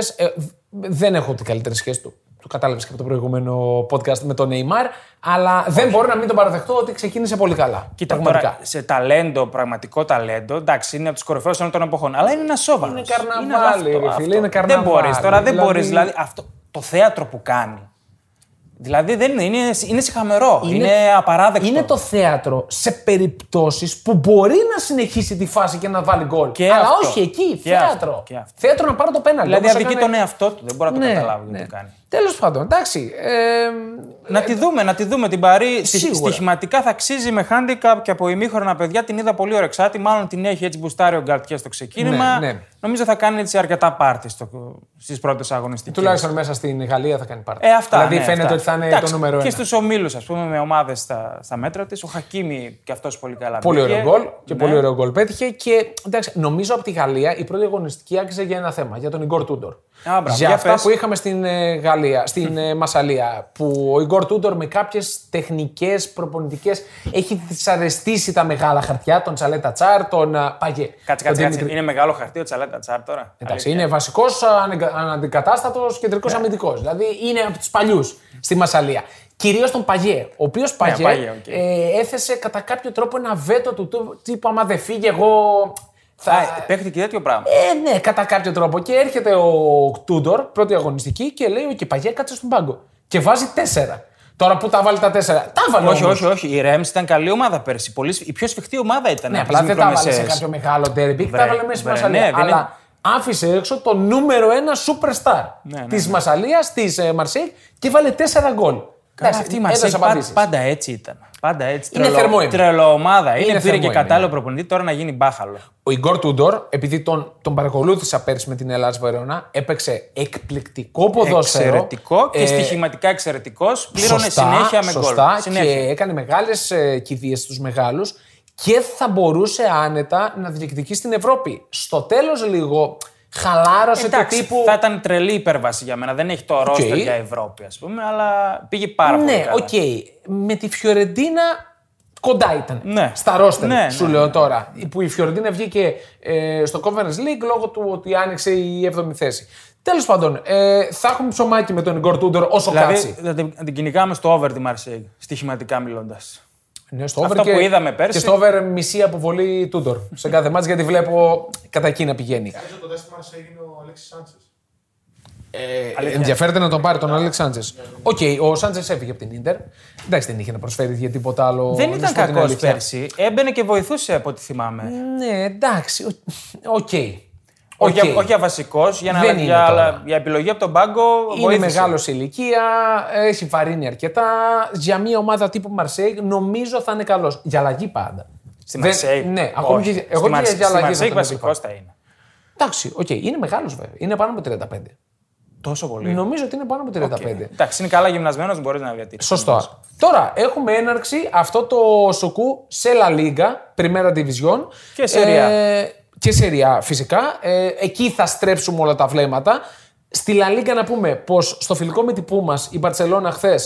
S1: δεν έχω την καλύτερη σχέση του. Το κατάλαβες και από το προηγούμενο podcast με τον Neymar, αλλά δεν μπορώ να μην τον παραδεχτώ ότι ξεκίνησε πολύ καλά.
S2: Κοίτα,
S1: πραγματικά.
S2: τώρα, σε ταλέντο, πραγματικό ταλέντο, εντάξει, είναι από τους κορυφαίους όλων των εποχών. Αλλά είναι ένα σόβαρος.
S1: Είναι καρναβάλι, ρε φίλε, είναι
S2: Δεν
S1: καρναβάλι.
S2: μπορείς τώρα, δεν
S1: Δηλαδή-
S2: μπορείς. Δηλαδή, αυτό, το θέατρο που κάνει. Δηλαδή δεν είναι, είναι, είναι συχαμερό. Είναι, απαράδεκτο.
S1: Είναι το θέατρο σε περιπτώσεις που μπορεί να συνεχίσει τη φάση και να βάλει γκολ.
S2: Και
S1: αλλά
S2: αυτό.
S1: όχι εκεί,
S2: Και
S1: θέατρο.
S2: αυτό, και αυτό.
S1: Θέατρο να πάρω το πέναλτι.
S2: Δηλαδή
S1: όπως
S2: αδικεί
S1: έκανε- Ναι,
S2: τον εαυτό του. Δεν μπορώ να το καταλάβω γιατί το κάνει.
S1: Τέλος πάντων, εντάξει. Ε,
S2: Να τη δούμε, να τη δούμε την Παρή. Στι-
S1: Σίγουρα.
S2: Στοιχηματικά θα αξίζει με handicap και από ημίχρονα παιδιά την είδα πολύ ωρεξάτη. Μάλλον την έχει έτσι μπουστάρει ο Γκαρτιέ στο ξεκίνημα.
S1: Ναι, ναι.
S2: Νομίζω θα κάνει έτσι αρκετά πάρτι στις πρώτες αγωνιστικές.
S1: τουλάχιστον μέσα στην Γαλλία θα κάνει πάρτι.
S2: Ε, αυτά,
S1: δηλαδή
S2: ναι,
S1: φαίνεται
S2: αυτά.
S1: ότι θα είναι
S2: Εντάξει,
S1: το νούμερο
S2: Και
S1: ένα.
S2: στους ομίλους, ας πούμε, με ομάδες στα, στα μέτρα της. Ο Χακίμη και αυτός πολύ καλά.
S1: Πολύ
S2: μπήκε.
S1: ωραίο γκολ και
S2: Ναι.
S1: πολύ ωραίο γκολ πέτυχε. Και εντάξει, νομίζω από τη Γαλλία η πρώτη αγωνιστική άρχισε για ένα θέμα, για τον Ιγκορ Τούντορ.
S2: μπράβο,
S1: για
S2: για
S1: αυτά
S2: πες.
S1: που είχαμε στην ε, Γαλλία, στην ε, Μασαλία. Που ο Ιγκορ Τούντορ με κάποιες τεχνικές προπονητικές έχει δυσαρεστήσει τα μεγάλα χαρτιά, τον Τσαλέτα Τσάρ, τον ε, Παγιέ.
S2: Κάτσε,
S1: τον
S2: κάτσε, κάτσε.
S1: Δημήτρη-
S2: Είναι μεγάλο χαρτί ο Τσαλέτα Τσάρ τώρα.
S1: Εντάξει, είναι βασικός αναντικατάστατος κεντρικός
S2: Ναι.
S1: αμυντικός. Δηλαδή είναι από τους παλιούς στη Μασαλία. Κυρίως τον Παγιέ, ο οποίος Παγιέ
S2: Παγιέ, Ναι, οκ.
S1: ε, έθεσε κατά κάποιο τρόπο ένα βέτο του τύπου. Άμα δεν φύγει, εγώ
S2: Θα... Παίχτηκε τέτοιο πράγμα.
S1: Ε, ναι, κατά κάποιο τρόπο. Και έρχεται ο Τούντορ, πρώτη αγωνιστική, και λέει: Οκ, παγιέ, κάτσε στον πάγκο. Και βάζει τέσσερα. Τώρα που τα βάλει τα τέσσερα. Τα βάλει
S2: όχι, όχι, όχι. Η Rams ήταν καλή ομάδα πέρσι. Πολύ... Η πιο σφιχτή ομάδα ήταν.
S1: Ναι,
S2: από
S1: απλά
S2: τις
S1: δεν τα βάλε σε
S2: μικρομεσαίες.
S1: κάποιο μεγάλο τέρμπι, τα
S2: Βρε,
S1: βάλε μέσα στη
S2: βρε,
S1: Μασαλία.
S2: ναι, δεν
S1: Αλλά
S2: είναι-
S1: άφησε έξω το νούμερο ένα superstar
S2: Ναι, ναι,
S1: της Μασαλίας, της ε, Μαρσέικ και βάλε τέσσερα γκολ.
S2: Καλά,
S1: Εντάξει,
S2: Ναι, αυτή η
S1: έδωσε
S2: Μαρσέη
S1: απαντήσεις.
S2: πάντα, πάντα έτσι ήταν. Πάντα έτσι.
S1: Είναι θερμό είναι.
S2: Τρελοομάδα. Είναι,
S1: Είναι
S2: πήρε
S1: θερμό
S2: και
S1: είναι,
S2: κατάλληλο προπονητή τώρα να γίνει μπάχαλο.
S1: Ο Ιγκόρ Τούντορ, επειδή τον, τον παρακολούθησα πέρσι με την Ελλάδα Βερόνα, έπαιξε εκπληκτικό ποδόσφαιρο.
S2: Εξαιρετικό και
S1: Ε,
S2: στοιχηματικά εξαιρετικός. Πλήρωνε
S1: σωστά,
S2: συνέχεια με γκολ.
S1: σωστά,
S2: Συνέχεια.
S1: Και έκανε μεγάλες ε, κηδείες στους μεγάλους και θα μπορούσε άνετα να διεκδικήσει την Ευρώπη. Στο τέλος λίγο χαλάρωσε
S2: Εντάξει,
S1: το τύπου.
S2: θα ήταν τρελή υπέρβαση για μένα. Δεν έχει το ρόστερ
S1: Οκ.
S2: για Ευρώπη, ας πούμε, αλλά πήγε πάρα πολύ
S1: ναι,
S2: καλά.
S1: οκ. Με τη Φιωρεντίνα κοντά ήταν.
S2: Ναι.
S1: Στα ρόστερ,
S2: Ναι,
S1: σου
S2: ναι,
S1: λέω τώρα. Που η Φιωρεντίνα βγήκε ε, στο Conference League λόγω του ότι άνοιξε η 7η θέση. Τέλος πάντων, ε, θα έχουμε ψωμάκι με τον Ιγκορ Τούντορ όσο
S2: Δηλαδή,
S1: κάτσει.
S2: θα την, θα την κυνηγάμε στο over τη Μαρσέη, στοιχηματικά μιλώντας.
S1: Ναι, στο over
S2: Αυτό
S1: και,
S2: που είδαμε πέρσι-
S1: Και στο over μισή αποβολή Τούντορ σε κάθε μάτς γιατί βλέπω κατά εκεί να πηγαίνει.
S3: Νομίζω το δεύτερο μας έγινε ο Αλέξης Σάντσες.
S1: Ε, ενδιαφέρεται να τον πάρει τον Άλεξ Σάντζε. Οκ, ο Σάντζε έφυγε από την ντερ. Εντάξει, δεν είχε να προσφέρει για τίποτα άλλο.
S2: Δεν
S1: να
S2: ήταν
S1: σου πω την
S2: κακός
S1: αλήθεια.
S2: πέρσι. Έμπαινε και βοηθούσε από ό,τι θυμάμαι.
S1: Ναι, εντάξει. ο- Οκ.
S2: Όχι,
S1: Οκ.
S2: για- όχι για βασικό, για, να-
S1: Δεν είναι
S2: για,
S1: τώρα.
S2: για επιλογή από τον πάγκο.
S1: Είναι
S2: βοήθησε.
S1: μεγάλος σε ηλικία, έχει βαρύνει αρκετά. Για μια ομάδα τύπου Μαρσέικ νομίζω θα είναι καλός. Για αλλαγή πάντα.
S2: Στη
S1: Δεν-
S2: Μαρσέη.
S1: Ναι, ακόμη και, εγώ και για αλλαγή.
S2: Στη
S1: θα
S2: Μαρσέη
S1: τον έβλεπα.
S2: βασικό θα είναι.
S1: Εντάξει, οκ, είναι μεγάλος βέβαια. Είναι πάνω από 35.
S2: Τόσο πολύ.
S1: Νομίζω ότι είναι πάνω από 35.
S2: Εντάξει, είναι καλά γυμνασμένος, μπορείς να διατηρήσεις.
S1: Σωστό. Τώρα έχουμε έναρξη αυτό το σοκού σε La Liga, Primera Division.
S2: Και Serie A.
S1: Ε, και σε Ριά, φυσικά. Ε, εκεί θα στρέψουμε όλα τα βλέμματα. Στη La Liga να πούμε πως στο φιλικό με τυπού μας η Μπαρτσελώνα χθε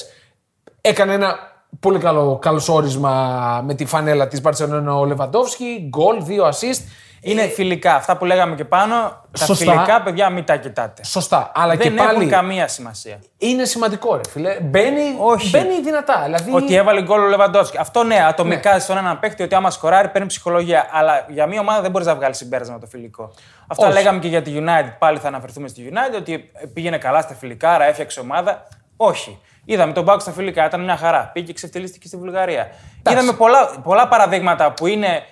S1: έκανε ένα πολύ καλό καλωσόρισμα με τη φανέλα της Μπαρτσελώνα ο Λεβαντόφσκι, γκολ, δύο assist.
S2: Είναι φιλικά. Αυτά που λέγαμε και πάνω. Τα
S1: Σωστά.
S2: φιλικά, παιδιά, μην τα κοιτάτε.
S1: Σωστά, αλλά και
S2: Δεν
S1: πάλι
S2: έχουν καμία σημασία.
S1: είναι σημαντικό ρε φίλε. Μπαίνει,
S2: Όχι.
S1: μπαίνει δυνατά. Δηλαδή...
S2: Ότι έβαλε γκολ ο Λεβαντόφσκι. Αυτό ναι, ατομικά στον έναν παίχτη ότι άμα σκοράρει παίρνει ψυχολογία. Αλλά για μία ομάδα δεν μπορείς να βγάλεις συμπέρασμα το φιλικό. Αυτά
S1: Όχι.
S2: λέγαμε και για τη United. Πάλι θα αναφερθούμε στη United ότι πήγαινε καλά στα φιλικά, άρα έφτιαξε ομάδα. Όχι. Είδαμε τον Μπάκο στα φιλικά, ήταν μια χαρά. Πήγε και ξεφτυλίστηκε στη Βουλγαρία. Είδαμε πολλά, πολλά παραδείγματα που είναι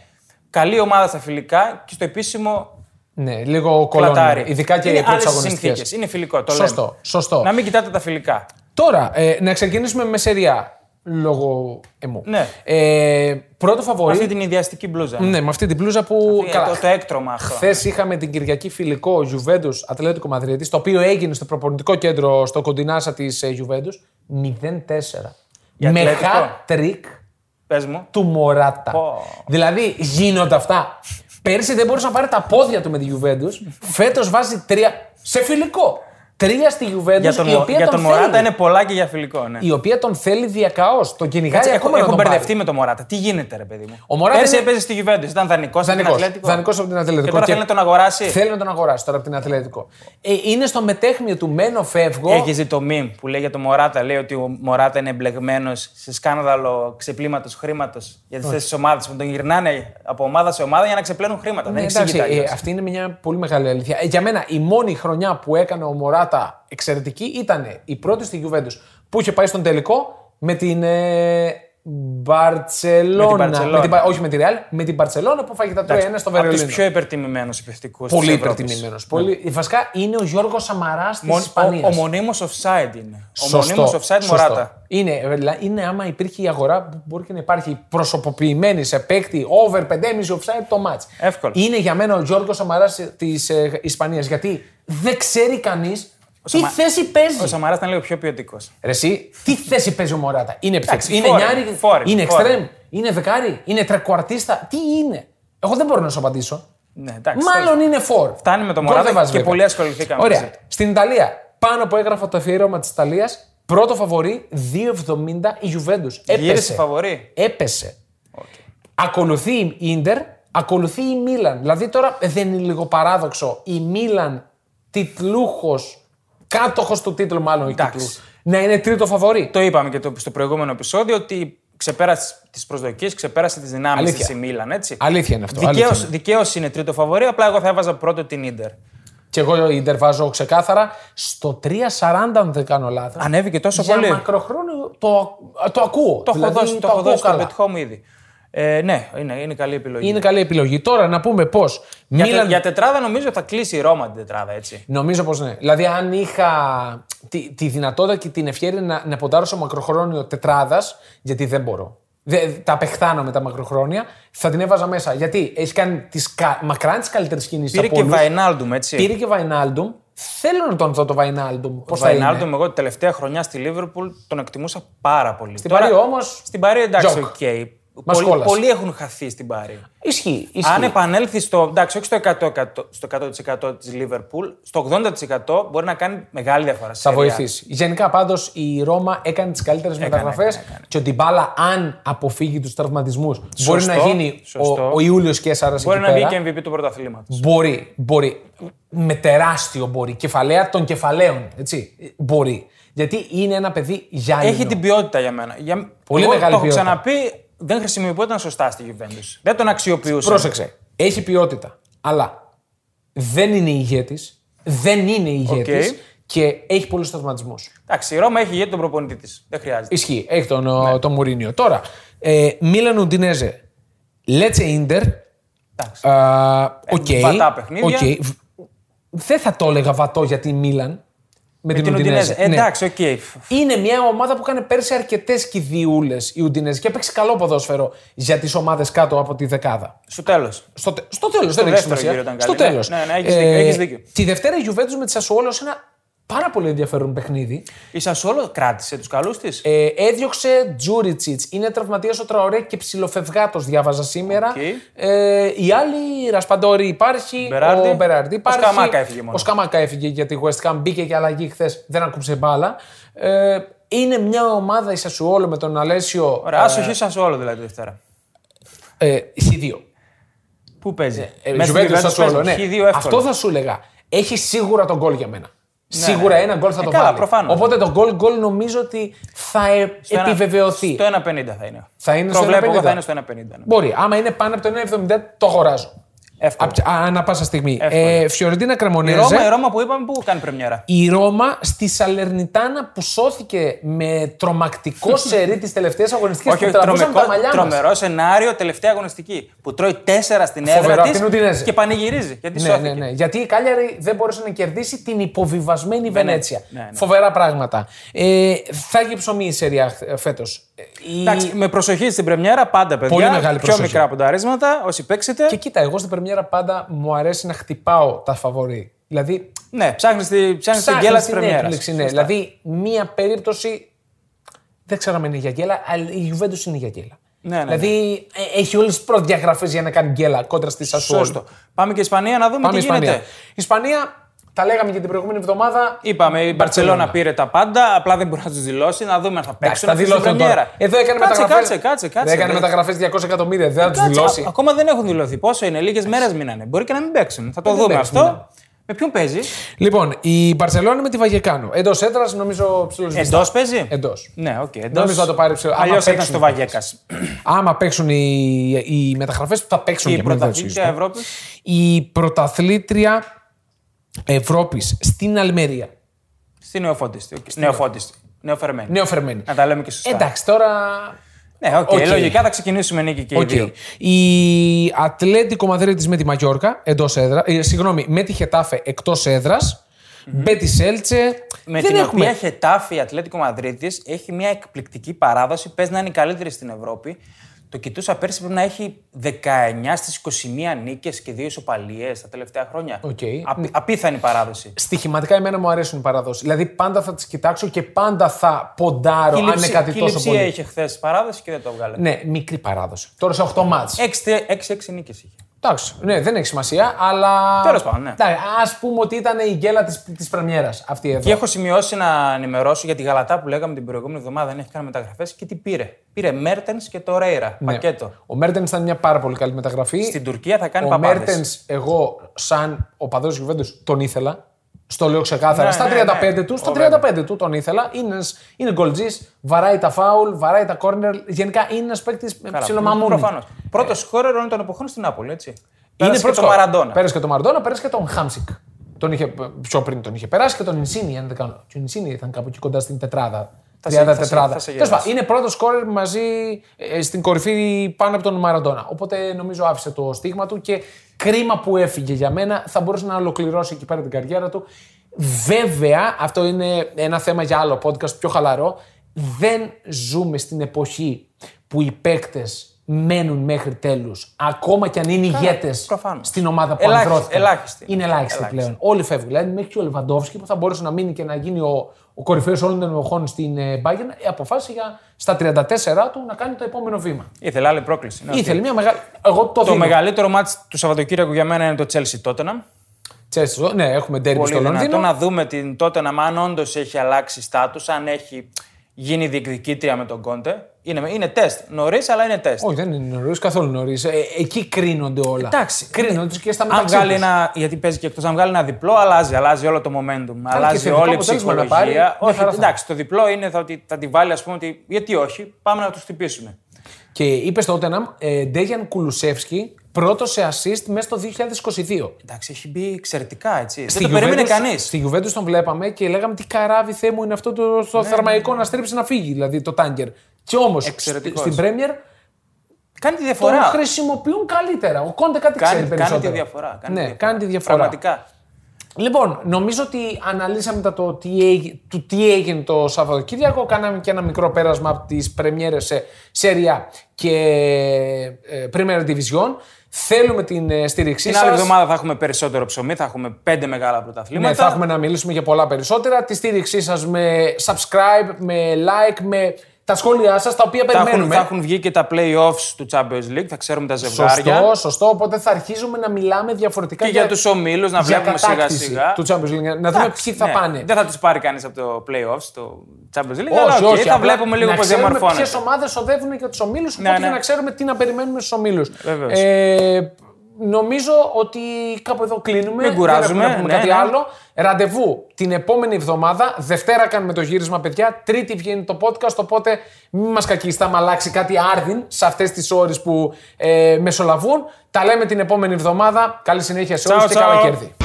S2: καλή ομάδα στα φιλικά και στο επίσημο
S1: Ναι, λίγο κολλώνει.
S2: πλατάρι.
S1: Ειδικά και οι
S2: είναι
S1: πρώτε
S2: άλλες
S1: αγωνιστικέ.
S2: συνθήκες. Είναι φιλικό, το
S1: Σωστό,
S2: λέμε.
S1: σωστό.
S2: Να μην κοιτάτε τα φιλικά.
S1: Τώρα, ε, να ξεκινήσουμε με σεριά. Λόγω εμού.
S2: Ναι.
S1: Ε, πρώτο
S2: Με
S1: φαβορή.
S2: αυτή την ιδιαστική μπλούζα.
S1: Ναι, με αυτή την πλούζα που.
S2: Ε, Το, το έκτρωμα αυτό.
S1: Χθες είχαμε την Κυριακή φιλικό Γιουβέντου Ατλέτικο Μαδρίτη, το οποίο έγινε στο προπονητικό κέντρο στο Κοντινάσα ε, τη Γιουβέντου 0-4.
S2: Για
S1: Με
S2: Ατλέτικο.
S1: χατρίκ
S2: Πες μου.
S1: του Μωράτα.
S2: Πω.
S1: Δηλαδή γίνονται αυτά. Πέρσι δεν μπορούσε να πάρει τα πόδια του με τη Γιουβέντους. Φέτος βάζει τρία. Σε φιλικό. Τρία στη Γιουβέντους
S2: Για τον,
S1: η οποία
S2: για τον
S1: τον
S2: Μωράτα
S1: θέλει.
S2: είναι πολλά και για φιλικό. Ναι.
S1: Η οποία τον θέλει διακαώς. Τον κυνηγάει
S2: Έτσι, έχω,
S1: ακόμα να
S2: έχω
S1: τον πάρει.
S2: μπερδευτεί με τον Μωράτα. Τι γίνεται, ρε παιδί μου.
S1: Ο Μωράτα
S2: Πέρσι
S1: είναι-
S2: έπαιζε στη Γιουβέντους. Ήταν δανεικός από την
S1: Δανεικός.
S2: Ατλέτικο.
S1: Δανεικός από την Ατλέτικο.
S2: Και τώρα
S1: Και-
S2: θέλει να τον αγοράσει.
S1: Θέλει να τον αγοράσει τώρα από την Αθλητικό. Ε, είναι στο μετέχνιο του Μένω Φεύγω.
S2: Έχεις δει το meme που λέει για τον Μωράτα. Λέει ότι ο Μωράτα είναι εμπλεγμένος σε σκάνδαλο ξεπλήματος χρήματος για τι θέσει της ομάδας. Που τον γυρνάνε από ομάδα σε ομάδα για να ξεπλένουν χρήματα.
S1: Ναι,
S2: Δεν εξηγείται
S1: εντάξει, ε,
S2: αλλιώς.
S1: αυτή είναι μια πολύ μεγάλη αλήθεια. Ε, για μένα η μόνη χρονιά που έκανε ο Μωράτα εξαιρετική ήταν η πρώτη στη Γιουβέντους που είχε πάει στον τελικό με την ε, Μπαρτσελώνα.
S2: Μπαρτσελώνα.
S1: Με την Μπα- όχι με τη Ρεάλ, με την Μπαρτσελώνα που φάγε τα 3-1 στο
S2: Από τους
S1: Βερολίνο.
S2: πιο Ναι. υπερτιμημένους επιθετικούς.
S1: Πολύ υπερτιμημένο. Πολύ... Βασικά είναι ο Γιώργος Σαμαράς της Ισπανία.
S2: Ο, ο μονίμο offside είναι. Ο μονίμο offside Μωράτα.
S1: Είναι, ε, δηλα- είναι άμα υπήρχε η αγορά που μπορεί και να υπάρχει προσωποποιημένη σε παίκτη over 5,5 offside το match.
S2: Εύκολα.
S1: Είναι για μένα ο Γιώργος Σαμαράς της ε, Ισπανίας γιατί δεν ξέρει κανείς τι
S2: Σαμα-
S1: θέση
S2: Ο
S1: παίζει.
S2: Σαμαράς ήταν λίγο πιο ποιοτικός.
S1: Ρε εσύ, τι θέση παίζει ο Μωράτα. Είναι επιθέξη.
S2: Εντάξει,
S1: Είναι
S2: φόρε,
S1: νιάρι,
S2: φόρε,
S1: είναι
S2: φόρε.
S1: εξτρέμ, είναι δεκάρι, είναι τρεκουαρτίστα. Τι είναι. Εγώ δεν μπορώ να σου απαντήσω.
S2: Ναι, εντάξει,
S1: Μάλλον είναι φορ.
S2: Φτάνει με το
S1: Γκολ
S2: Μωράτα
S1: δεν βάζει
S2: και
S1: βέβαια.
S2: πολύ ασχοληθήκαμε μαζί
S1: Ωραία.
S2: του.
S1: Στην Ιταλία, πάνω από έγραφα το αφιέρωμα της Ιταλίας, πρώτο φαβορή 2,70 η Γιουβέντους.
S2: Γύρισε
S1: Έπεσε.
S2: φαβορή.
S1: Έπεσε. Ακολουθεί η Ίντερ, ακολουθεί η Μίλαν. Δηλαδή τώρα ε, δεν είναι λίγο παράδοξο η Μίλαν τιτλούχος, κάτοχος του τίτλου μάλλον. η
S2: Εντάξει.
S1: τίτλου, Να είναι τρίτο φαβορή.
S2: Το είπαμε και το, στο προηγούμενο επεισόδιο ότι ξεπέρασε τις προσδοκίες, ξεπέρασε τις δυνάμεις
S1: Αλήθεια.
S2: τη η Μίλαν. Έτσι.
S1: Αλήθεια είναι αυτό. αλήθεια
S2: Δικαίως,
S1: είναι.
S2: δικαίως είναι τρίτο φαβορή, απλά εγώ θα έβαζα πρώτο την ντερ.
S1: Και εγώ η Ιντερ βάζω ξεκάθαρα στο 3.40, αν δεν κάνω λάθος.
S2: Ανέβηκε τόσο
S1: Για
S2: πολύ.
S1: μακροχρόνιο το, το ακούω.
S2: Το έχω
S1: Δηλαδή,
S2: δώσει, το
S1: ακούω
S2: έχω δώσει, το
S1: καλά.
S2: πετυχό μου ήδη. Ε, ναι, είναι, είναι καλή επιλογή.
S1: Είναι καλή επιλογή. Τώρα να πούμε πώς.
S2: Για, τε-
S1: Μίλαν...
S2: για τετράδα νομίζω θα κλείσει η Ρώμα την τετράδα, έτσι.
S1: Νομίζω πως ναι. Δηλαδή, αν είχα τη, τη δυνατότητα και την ευχαίρεια να, να ποντάρω στο μακροχρόνιο τετράδας, γιατί δεν μπορώ. Δε, τα απεχθάνω με τα μακροχρόνια, θα την έβαζα μέσα. Γιατί έχει κάνει τις, κα, μακράν τις καλύτερες κινήσεις
S2: Πήρε
S1: από
S2: και
S1: όλους.
S2: Βαϊνάλντουμ, έτσι.
S1: Πήρε και Βαϊνάλντουμ. Θέλω να τον δω το Βαϊνάλντουμ. Πώς θα είναι.
S2: Βαϊνάλντουμ, εγώ την τελευταία χρονιά στη Λίβερπουλ τον εκτιμούσα πάρα πολύ.
S1: Στην Παρή όμως,
S2: Στην Παρή εντάξει,
S1: joke.
S2: οκ.
S1: Μας
S2: Πολλοί,
S1: κόλλασε.
S2: πολλοί έχουν χαθεί στην Παρή.
S1: Ισχύει. ισχύει.
S2: Αν επανέλθει στο. Εντάξει, όχι στο 100%, στο 100% της Λίβερπουλ, στο 80% μπορεί να κάνει μεγάλη διαφορά. στη
S1: Θα
S2: Σερία.
S1: βοηθήσει. Γενικά πάντως η Ρώμα έκανε τις καλύτερες μεταγραφές
S2: έκανε, έκανε.
S1: και ότι η μπάλα, αν αποφύγει τους τραυματισμούς, μπορεί να
S2: Σωστό,
S1: γίνει
S2: σωστό.
S1: ο, ο Ιούλιο Κέσσαρα εκεί
S2: Μπορεί να
S1: πέρα.
S2: βγει και MVP του πρωταθλήματος.
S1: Μπορεί, μπορεί. Με τεράστιο μπορεί. Κεφαλαία των κεφαλαίων. Έτσι. Ε, Μπορεί. Γιατί είναι ένα παιδί γυάλινο.
S2: Έχει την ποιότητα για μένα. Για...
S1: Πολύ
S2: εγώ
S1: μεγάλη
S2: το έχω
S1: ποιότητα.
S2: ξαναπεί, δεν χρησιμοποιούταν σωστά στη Juventus. Δεν τον αξιοποιούσε.
S1: Πρόσεξε. Έχει ποιότητα. Αλλά δεν είναι ηγέτης. Δεν είναι ηγέτης.
S2: Οκ.
S1: Και έχει πολλούς τραυματισμού.
S2: Εντάξει, η Ρώμα έχει ηγέτη τον προπονητή της. Δεν χρειάζεται.
S1: Ισχύει. Έχει τον, ο,
S2: Ναι.
S1: τον Μουρίνιο. Τώρα, ε, Μίλαν Ουντινέζε. Λέτσε Ιντερ.
S2: Εντάξει.
S1: Οκ.
S2: Ε, βατά παιχνίδια.
S1: Οκ. Β- Δεν θα το έλεγα βατό για τη Μίλαν. Με,
S2: Με
S1: την,
S2: την
S1: Ουντινέζε.
S2: Ουντινέζε. Ε,
S1: Ναι.
S2: Εντάξει, οκ.
S1: Είναι μια ομάδα που κάνει πέρσι αρκετές κηδιούλες η Ουντινέζη και έπαιξε καλό ποδόσφαιρο για τις ομάδες κάτω από τη δεκάδα.
S2: Στο τέλος.
S1: Στο, τε, στο τέλος, δεν έχει
S2: δεύτερο
S1: σημασία.
S2: γύρο ήταν
S1: Στο
S2: καλή.
S1: τέλος.
S2: Ναι, ναι, ναι, έχεις δίκιο, έχεις δίκιο.
S1: Τη Δευτέρα η Γιουβέντους με τη Σασουόλο σε ένα πάρα πολύ ενδιαφέρον παιχνίδι.
S2: Η Σασόλο κράτησε τους καλούς της.
S1: Ε, έδιωξε Τζούριτσιτ. Είναι τραυματίας ο Τραωρέ και ψηλοφευγάτο, διάβαζα σήμερα.
S2: Οκ.
S1: Ε, η άλλη, η Ρασπαντόρη υπάρχει.
S2: Μπεράρντι.
S1: Ο Μπεράρντι
S2: Ο
S1: υπάρχει.
S2: Σκαμάκα έφυγε μόνο.
S1: Ο Σκαμάκα έφυγε για τη West Ham. Μπήκε για αλλαγή χθες, δεν ακούψε μπάλα. Ε, είναι μια ομάδα η Σασουόλο με τον Αλέσιο.
S2: Ωραία, άσοχη Σασόλο δηλαδή τη Δευτέρα.
S1: Ε, Χ2.
S2: Πού παίζει.
S1: Ε,
S2: Μέσα στη
S1: Juventus,
S2: Juventus
S1: Sassuolo,
S2: παίζει.
S1: ναι.
S2: Χ2 εύκολα.
S1: Αυτό θα σου έλεγα. Έχει σίγουρα τον γκολ για μένα. σίγουρα
S2: ναι.
S1: ένα γκολ θα
S2: Ε,
S1: το
S2: καλά,
S1: βάλει.
S2: προφανώς.
S1: Οπότε το γκολ γκολ νομίζω ότι θα ε,
S2: Στο ένα-
S1: επιβεβαιωθεί.
S2: Στο 1,50 θα είναι.
S1: Θα είναι στο
S2: Προβλέπω εγώ
S1: 1,50.
S2: θα είναι στο 1,50. ναι.
S1: Μπορεί. Άμα είναι πάνω από το 1,70 το αγοράζω.
S2: Εύκολα.
S1: Απ' α, ανά πάσα στιγμή.
S2: Εύκολα.
S1: Ε, Φιωρεντίνα
S2: Η Ρώμα, η
S1: Κρεμονέζε.
S2: Ρώμα που είπαμε που κάνει πρεμιέρα.
S1: Η Ρώμα στη Σαλερνιτάνα που σώθηκε με τρομακτικό σερί τις τελευταίες αγωνιστικές
S2: Όχι,
S1: που
S2: όχι,
S1: τραβούσαν
S2: τρομερό,
S1: τα μαλλιά μας.
S2: τρομερό σενάριο, τελευταία αγωνιστική. Που τρώει τέσσερα στην
S1: Φοβερό,
S2: έδρα
S1: απ' την Ουντινέζε.
S2: τη και πανηγυρίζει. Γιατί
S1: Ναι,
S2: σώθηκε.
S1: ναι, ναι. Γιατί η Κάλιαρη δεν μπορούσε να κερδίσει την υποβιβασμένη Βενέτσια.
S2: ναι, ναι.
S1: Φοβερά πράγματα. Ε, θα έχει ψωμί η ε, Σεριά φέτο.
S2: Εντάξει, με προσοχή στην πρεμιέρα, πάντα παιδιά.
S1: Πολύ μεγάλη
S2: πιο
S1: προσοχή.
S2: μικρά πονταρίσματα, όσοι παίξετε.
S1: Και κοίτα, εγώ στην Περμιέρα πάντα μου αρέσει να χτυπάω τα φαβορή. Δηλαδή,
S2: Ναι, ψάχνεις τη, ψάχνεις την
S1: Ψάχνεις
S2: γέλα τη
S1: την
S2: πρεμιέρα.
S1: έκπληξη, ναι. Δηλαδή, μία περίπτωση. Δεν ξέρω αν είναι για γέλα, αλλά η Juventus είναι για γέλα.
S2: Ναι, ναι, ναι.
S1: δηλαδή, ε, έχει όλες τις προδιαγραφές για να κάνει γέλα κόντρα στη Σασουόλ.
S2: Σωστό. Πάμε και Ισπανία να δούμε
S1: Πάμε
S2: τι
S1: Ισπανία.
S2: γίνεται.
S1: Ισπανία, τα λέγαμε και την προηγούμενη εβδομάδα.
S2: Είπαμε, η Μπαρσελόνα πήρε τα πάντα, απλά δεν μπορεί να τους δηλώσει, να δούμε αν θα
S1: Εντάξει,
S2: παίξουν.
S1: τα
S2: αυτή την
S1: δηλώσαν
S2: πρεμιέρα.
S1: τώρα. Εδώ έκανε
S2: κάτσε,
S1: μεταγραφές.
S2: Κάτσε, κάτσε, κάτσε.
S1: έκανε
S2: ρε.
S1: μεταγραφέ 200 εκατομμύρια. Δεν θα τους
S2: Κάτσε,
S1: δηλώσει.
S2: α- ακόμα δεν έχουν δηλωθεί. Πόσο είναι, λίγες μέρες μείνανε. Μπορεί και να μην παίξουν. Θα το
S1: Δεν
S2: δούμε
S1: παίξουν, ναι.
S2: αυτό. Με ποιον παίζει.
S1: Λοιπόν, η Μπαρσελόνα με τη Βαγεκάνο. Εντός έδρας, νομίζω ψηλός
S2: Εντός παίζει.
S1: Εντός.
S2: Ναι, οκ. εντός.
S1: Νομίζω θα το πάρει ψηλό. Άμα
S2: Αλλιώ ήταν
S1: παίξουν
S2: στο
S1: οι
S2: Βαγέκας.
S1: Άμα παίξουν οι, οι μεταγραφές που θα παίξουν
S2: Και η
S1: για μένα, δεν θα τους
S2: πρωταθλήτρια
S1: συζητώ.
S2: Ευρώπης.
S1: η πρωταθλήτρια Ευρώπης στην Αλμερία.
S2: Στη Νεοφώτιστη. Νεοφώτιστη. Νεοφερμένη.
S1: Νεοφερμένη.
S2: Να τα λέμε και σωστά.
S1: Ε, Εντάξει, τώρα.
S2: Ναι, οκ.
S1: Οκ.
S2: Λογικά θα ξεκινήσουμε νίκη και οι
S1: Οκ.
S2: δύο.
S1: Η Ατλέτικο Μαδρίτη με τη Μαγιόρκα εντός έδρα. Ε, συγγνώμη, με τη Χετάφε εκτός έδρας. Μπέτι Σέλτσε.
S2: Με
S1: Δεν
S2: την
S1: έχουμε.
S2: οποία Χετάφη η Ατλέτικο Μαδρίτης έχει μια εκπληκτική παράδοση. Πες να είναι η καλύτερη στην Ευρώπη. Το κοιτούσα πέρσι πρέπει να έχει 19 στι 21 νίκες και δύο ισοπαλίες τα τελευταία χρόνια.
S1: Οκ.
S2: Απι- απίθανη παράδοση.
S1: Στοιχηματικά εμένα μου αρέσουν οι παραδόσεις. Δηλαδή πάντα θα τις κοιτάξω και πάντα θα ποντάρω αν είναι κάτι τόσο πολύ.
S2: Κιλιψία είχε χθες παράδοση και δεν το βγάλε.
S1: Ναι, μικρή παράδοση. Τώρα σε 8 μάτς.
S2: 6-6 νίκες είχε.
S1: Εντάξει, ναι, δεν έχει σημασία, αλλά.
S2: Τέλος πάντων, ναι.
S1: Ας πούμε ότι ήταν η γκέλα της της Πρεμιέρας αυτή εδώ.
S2: Και έχω σημειώσει να ενημερώσω για τη γαλατά που λέγαμε την προηγούμενη εβδομάδα. Δεν έχει κάνει μεταγραφές και τι πήρε. Πήρε Μέρτεν και το Ρέιρα.
S1: Ναι.
S2: Πακέτο.
S1: Ο Μέρτεν ήταν μια πάρα πολύ καλή μεταγραφή.
S2: Στην Τουρκία θα κάνει
S1: ο
S2: παπάδες.
S1: Μέρτεν, εγώ, σαν ο παδός Γιουβέντου, τον ήθελα. Στο λέω ξεκάθαρα.
S2: Ναι,
S1: στα
S2: ναι,
S1: 35
S2: ναι.
S1: τους, στα
S2: Ωραία.
S1: 35 του τον ήθελα. Είναι, ένας- είναι γκολτζής, βαράει τα φάουλ, βαράει τα κόρνερ. Γενικά είναι ένας παίκτης ψιλομαμούνι.
S2: Προφανώς. Πρώτο σκόρερ όλων των εποχών στην Νάπολη, έτσι.
S1: Ε. Είναι
S2: Πέρασε και
S1: πρώτος.
S2: το Μαραντόνα.
S1: Πέρασε και τον Μαραντόνα, πέρασε και τον Χάμσικ. Τον είχε, πιο πριν τον είχε περάσει και τον Ινσίνη, αν δεν κάνω. Και ο Ινσίνη ήταν κάπου εκεί κοντά στην τετράδα.
S2: Θα σε-
S1: 30
S2: θα σε-
S1: τετράδα.
S2: θα σε
S1: Τέλος πάντων,
S2: γελάσω.
S1: είναι πρώτος σκόρερ μαζί ε, στην κορυφή πάνω από τον Μαραντόνα. Οπότε νομίζω άφησε το στίγμα του και κρίμα που έφυγε για μένα. Θα μπορούσε να ολοκληρώσει εκεί πέρα την καριέρα του. Βέβαια, αυτό είναι ένα θέμα για άλλο podcast, πιο χαλαρό. Δεν ζούμε στην εποχή που οι παίκτες μένουν μέχρι τέλους, ακόμα κι αν είναι ηγέτες
S2: προφανώς.
S1: στην ομάδα που
S2: Ελάχιστη-
S1: ανδρώθηκαν.
S2: ελάχιστη.
S1: Είναι ελάχιστη,
S2: Ελάχιστη.
S1: πλέον. Όλοι φεύγουν. Δηλαδή, μέχρι και ο Λεβαντόφσκι που θα μπορούσε να μείνει και να γίνει ο, ο κορυφαίος όλων των εποχών στην ε, Bayern, ε, αποφάσισε για, στα 34 του να κάνει το επόμενο βήμα.
S2: Ήθελε άλλη πρόκληση. ναι,
S1: Ήθελε μια μεγάλη. Εγώ το,
S2: Το
S1: δίνω.
S2: μεγαλύτερο μάτς του Σαββατοκύριακου για μένα είναι το Chelsea Tottenham.
S1: Chelsea, ναι, έχουμε ντέρμπι
S2: Πολύ
S1: στο
S2: δυνατό
S1: Λονδίνο.
S2: να δούμε την Tottenham αν όντως έχει αλλάξει στάτους, αν έχει γίνει διεκδικήτρια με τον Κόντε. Είναι, είναι τεστ. Νωρίς, αλλά είναι τεστ.
S1: Όχι, δεν είναι νωρίς, καθόλου νωρίς. εκεί κρίνονται όλα.
S2: Εντάξει. ναι.
S1: Κρίνονται και στα
S2: Αν
S1: μεταξύ
S2: βγάλει
S1: τους.
S2: ένα, γιατί παίζει και εκτός, αν βγάλει ένα διπλό, αλλάζει, αλλάζει όλο το momentum. αλλάζει
S1: θετικό
S2: όλη η
S1: αποτέλεσμα να
S2: ψυχολογία.
S1: πάρει, μια
S2: όχι,
S1: χαρά θα είναι.
S2: εντάξει, το διπλό είναι θα, ότι θα τη βάλει, ας πούμε, ότι γιατί όχι, πάμε να τους χτυπήσουμε.
S1: Και είπες στο Τότεναμ, ε, Ντέγιαν Κουλουσεύσκι, πρώτο σε assist μέσα στο 2022.
S2: Εντάξει, έχει μπει εξαιρετικά έτσι.
S1: Στη
S2: Δεν το περίμενε
S1: Juventus-
S2: κανείς.
S1: Στη Juventus τον βλέπαμε και λέγαμε τι καράβι θέ μου είναι αυτό το
S2: Ναι,
S1: στο θερμαϊκό να στρίψει να φύγει, δηλαδή το τάγκερ. Και όμως
S2: Εξαιρετικός.
S1: στην Πρέμιερ
S2: Κάνει τη
S1: τον
S2: διαφορά.
S1: χρησιμοποιούν καλύτερα. Ο Κόντε κάτι
S2: Κάνει-
S1: ξέρει
S2: κάνει
S1: περισσότερο.
S2: τη διαφορά, κάνει
S1: ναι,
S2: τη διαφορά.
S1: κάνει τη διαφορά.
S2: Πραγματικά.
S1: Λοιπόν, νομίζω ότι αναλύσαμε τα το τι έγι- του τι έγινε το Σαββατοκύριακο. Κάναμε και ένα μικρό πέρασμα από τις πρεμιέρες σε Σέρια και ε, Premier Division. Θέλουμε την ε, στήριξή
S2: Την
S1: σας.
S2: άλλη εβδομάδα θα έχουμε περισσότερο ψωμί, θα έχουμε πέντε μεγάλα πρωταθλήματα.
S1: Ναι, θα έχουμε να μιλήσουμε για πολλά περισσότερα. Τη στήριξή σας με subscribe, με like, με τα σχόλιά σας τα οποία
S2: θα, έχουν,
S1: περιμένουμε.
S2: θα έχουν βγει και τα playoffs του Champions League, θα ξέρουμε τα ζευγάρια.
S1: Σωστό, σωστό. Οπότε θα αρχίζουμε να μιλάμε διαφορετικά
S2: Και για τους ομίλους να
S1: για
S2: βλέπουμε σιγά
S1: κατάκτηση
S2: σιγά. ναι.
S1: του Champions League. Να δούμε ποιοι θα πάνε.
S2: Δεν θα τους πάρει κανείς από το playoffs, το Champions League. αλλά οκ, θα
S1: απλά
S2: βλέπουμε λίγο
S1: να
S2: πώς
S1: ξέρουμε
S2: διαμορφώνεται.
S1: Ποιες ομάδες οδεύουν και τους ομίλους, οπότε
S2: Ναι, ναι.
S1: για να ξέρουμε τι να περιμένουμε στους ομίλους.
S2: Βεβαίως.
S1: Ε, νομίζω ότι κάπου εδώ κλείνουμε.
S2: Μην κουράζουμε,
S1: Δεν έχουμε να πούμε
S2: ναι,
S1: κάτι
S2: ναι.
S1: άλλο. Ραντεβού την επόμενη εβδομάδα. Δευτέρα κάνουμε το γύρισμα, παιδιά. Τρίτη βγαίνει το podcast. Οπότε μην μας κακίσετε άμα αλλάξει κάτι άρδιν σε αυτές τις ώρες που ε, μεσολαβούν. Τα λέμε την επόμενη εβδομάδα. Καλή συνέχεια σε
S2: Τσάου,
S1: όλους και καλά
S2: τσάου.
S1: κέρδη.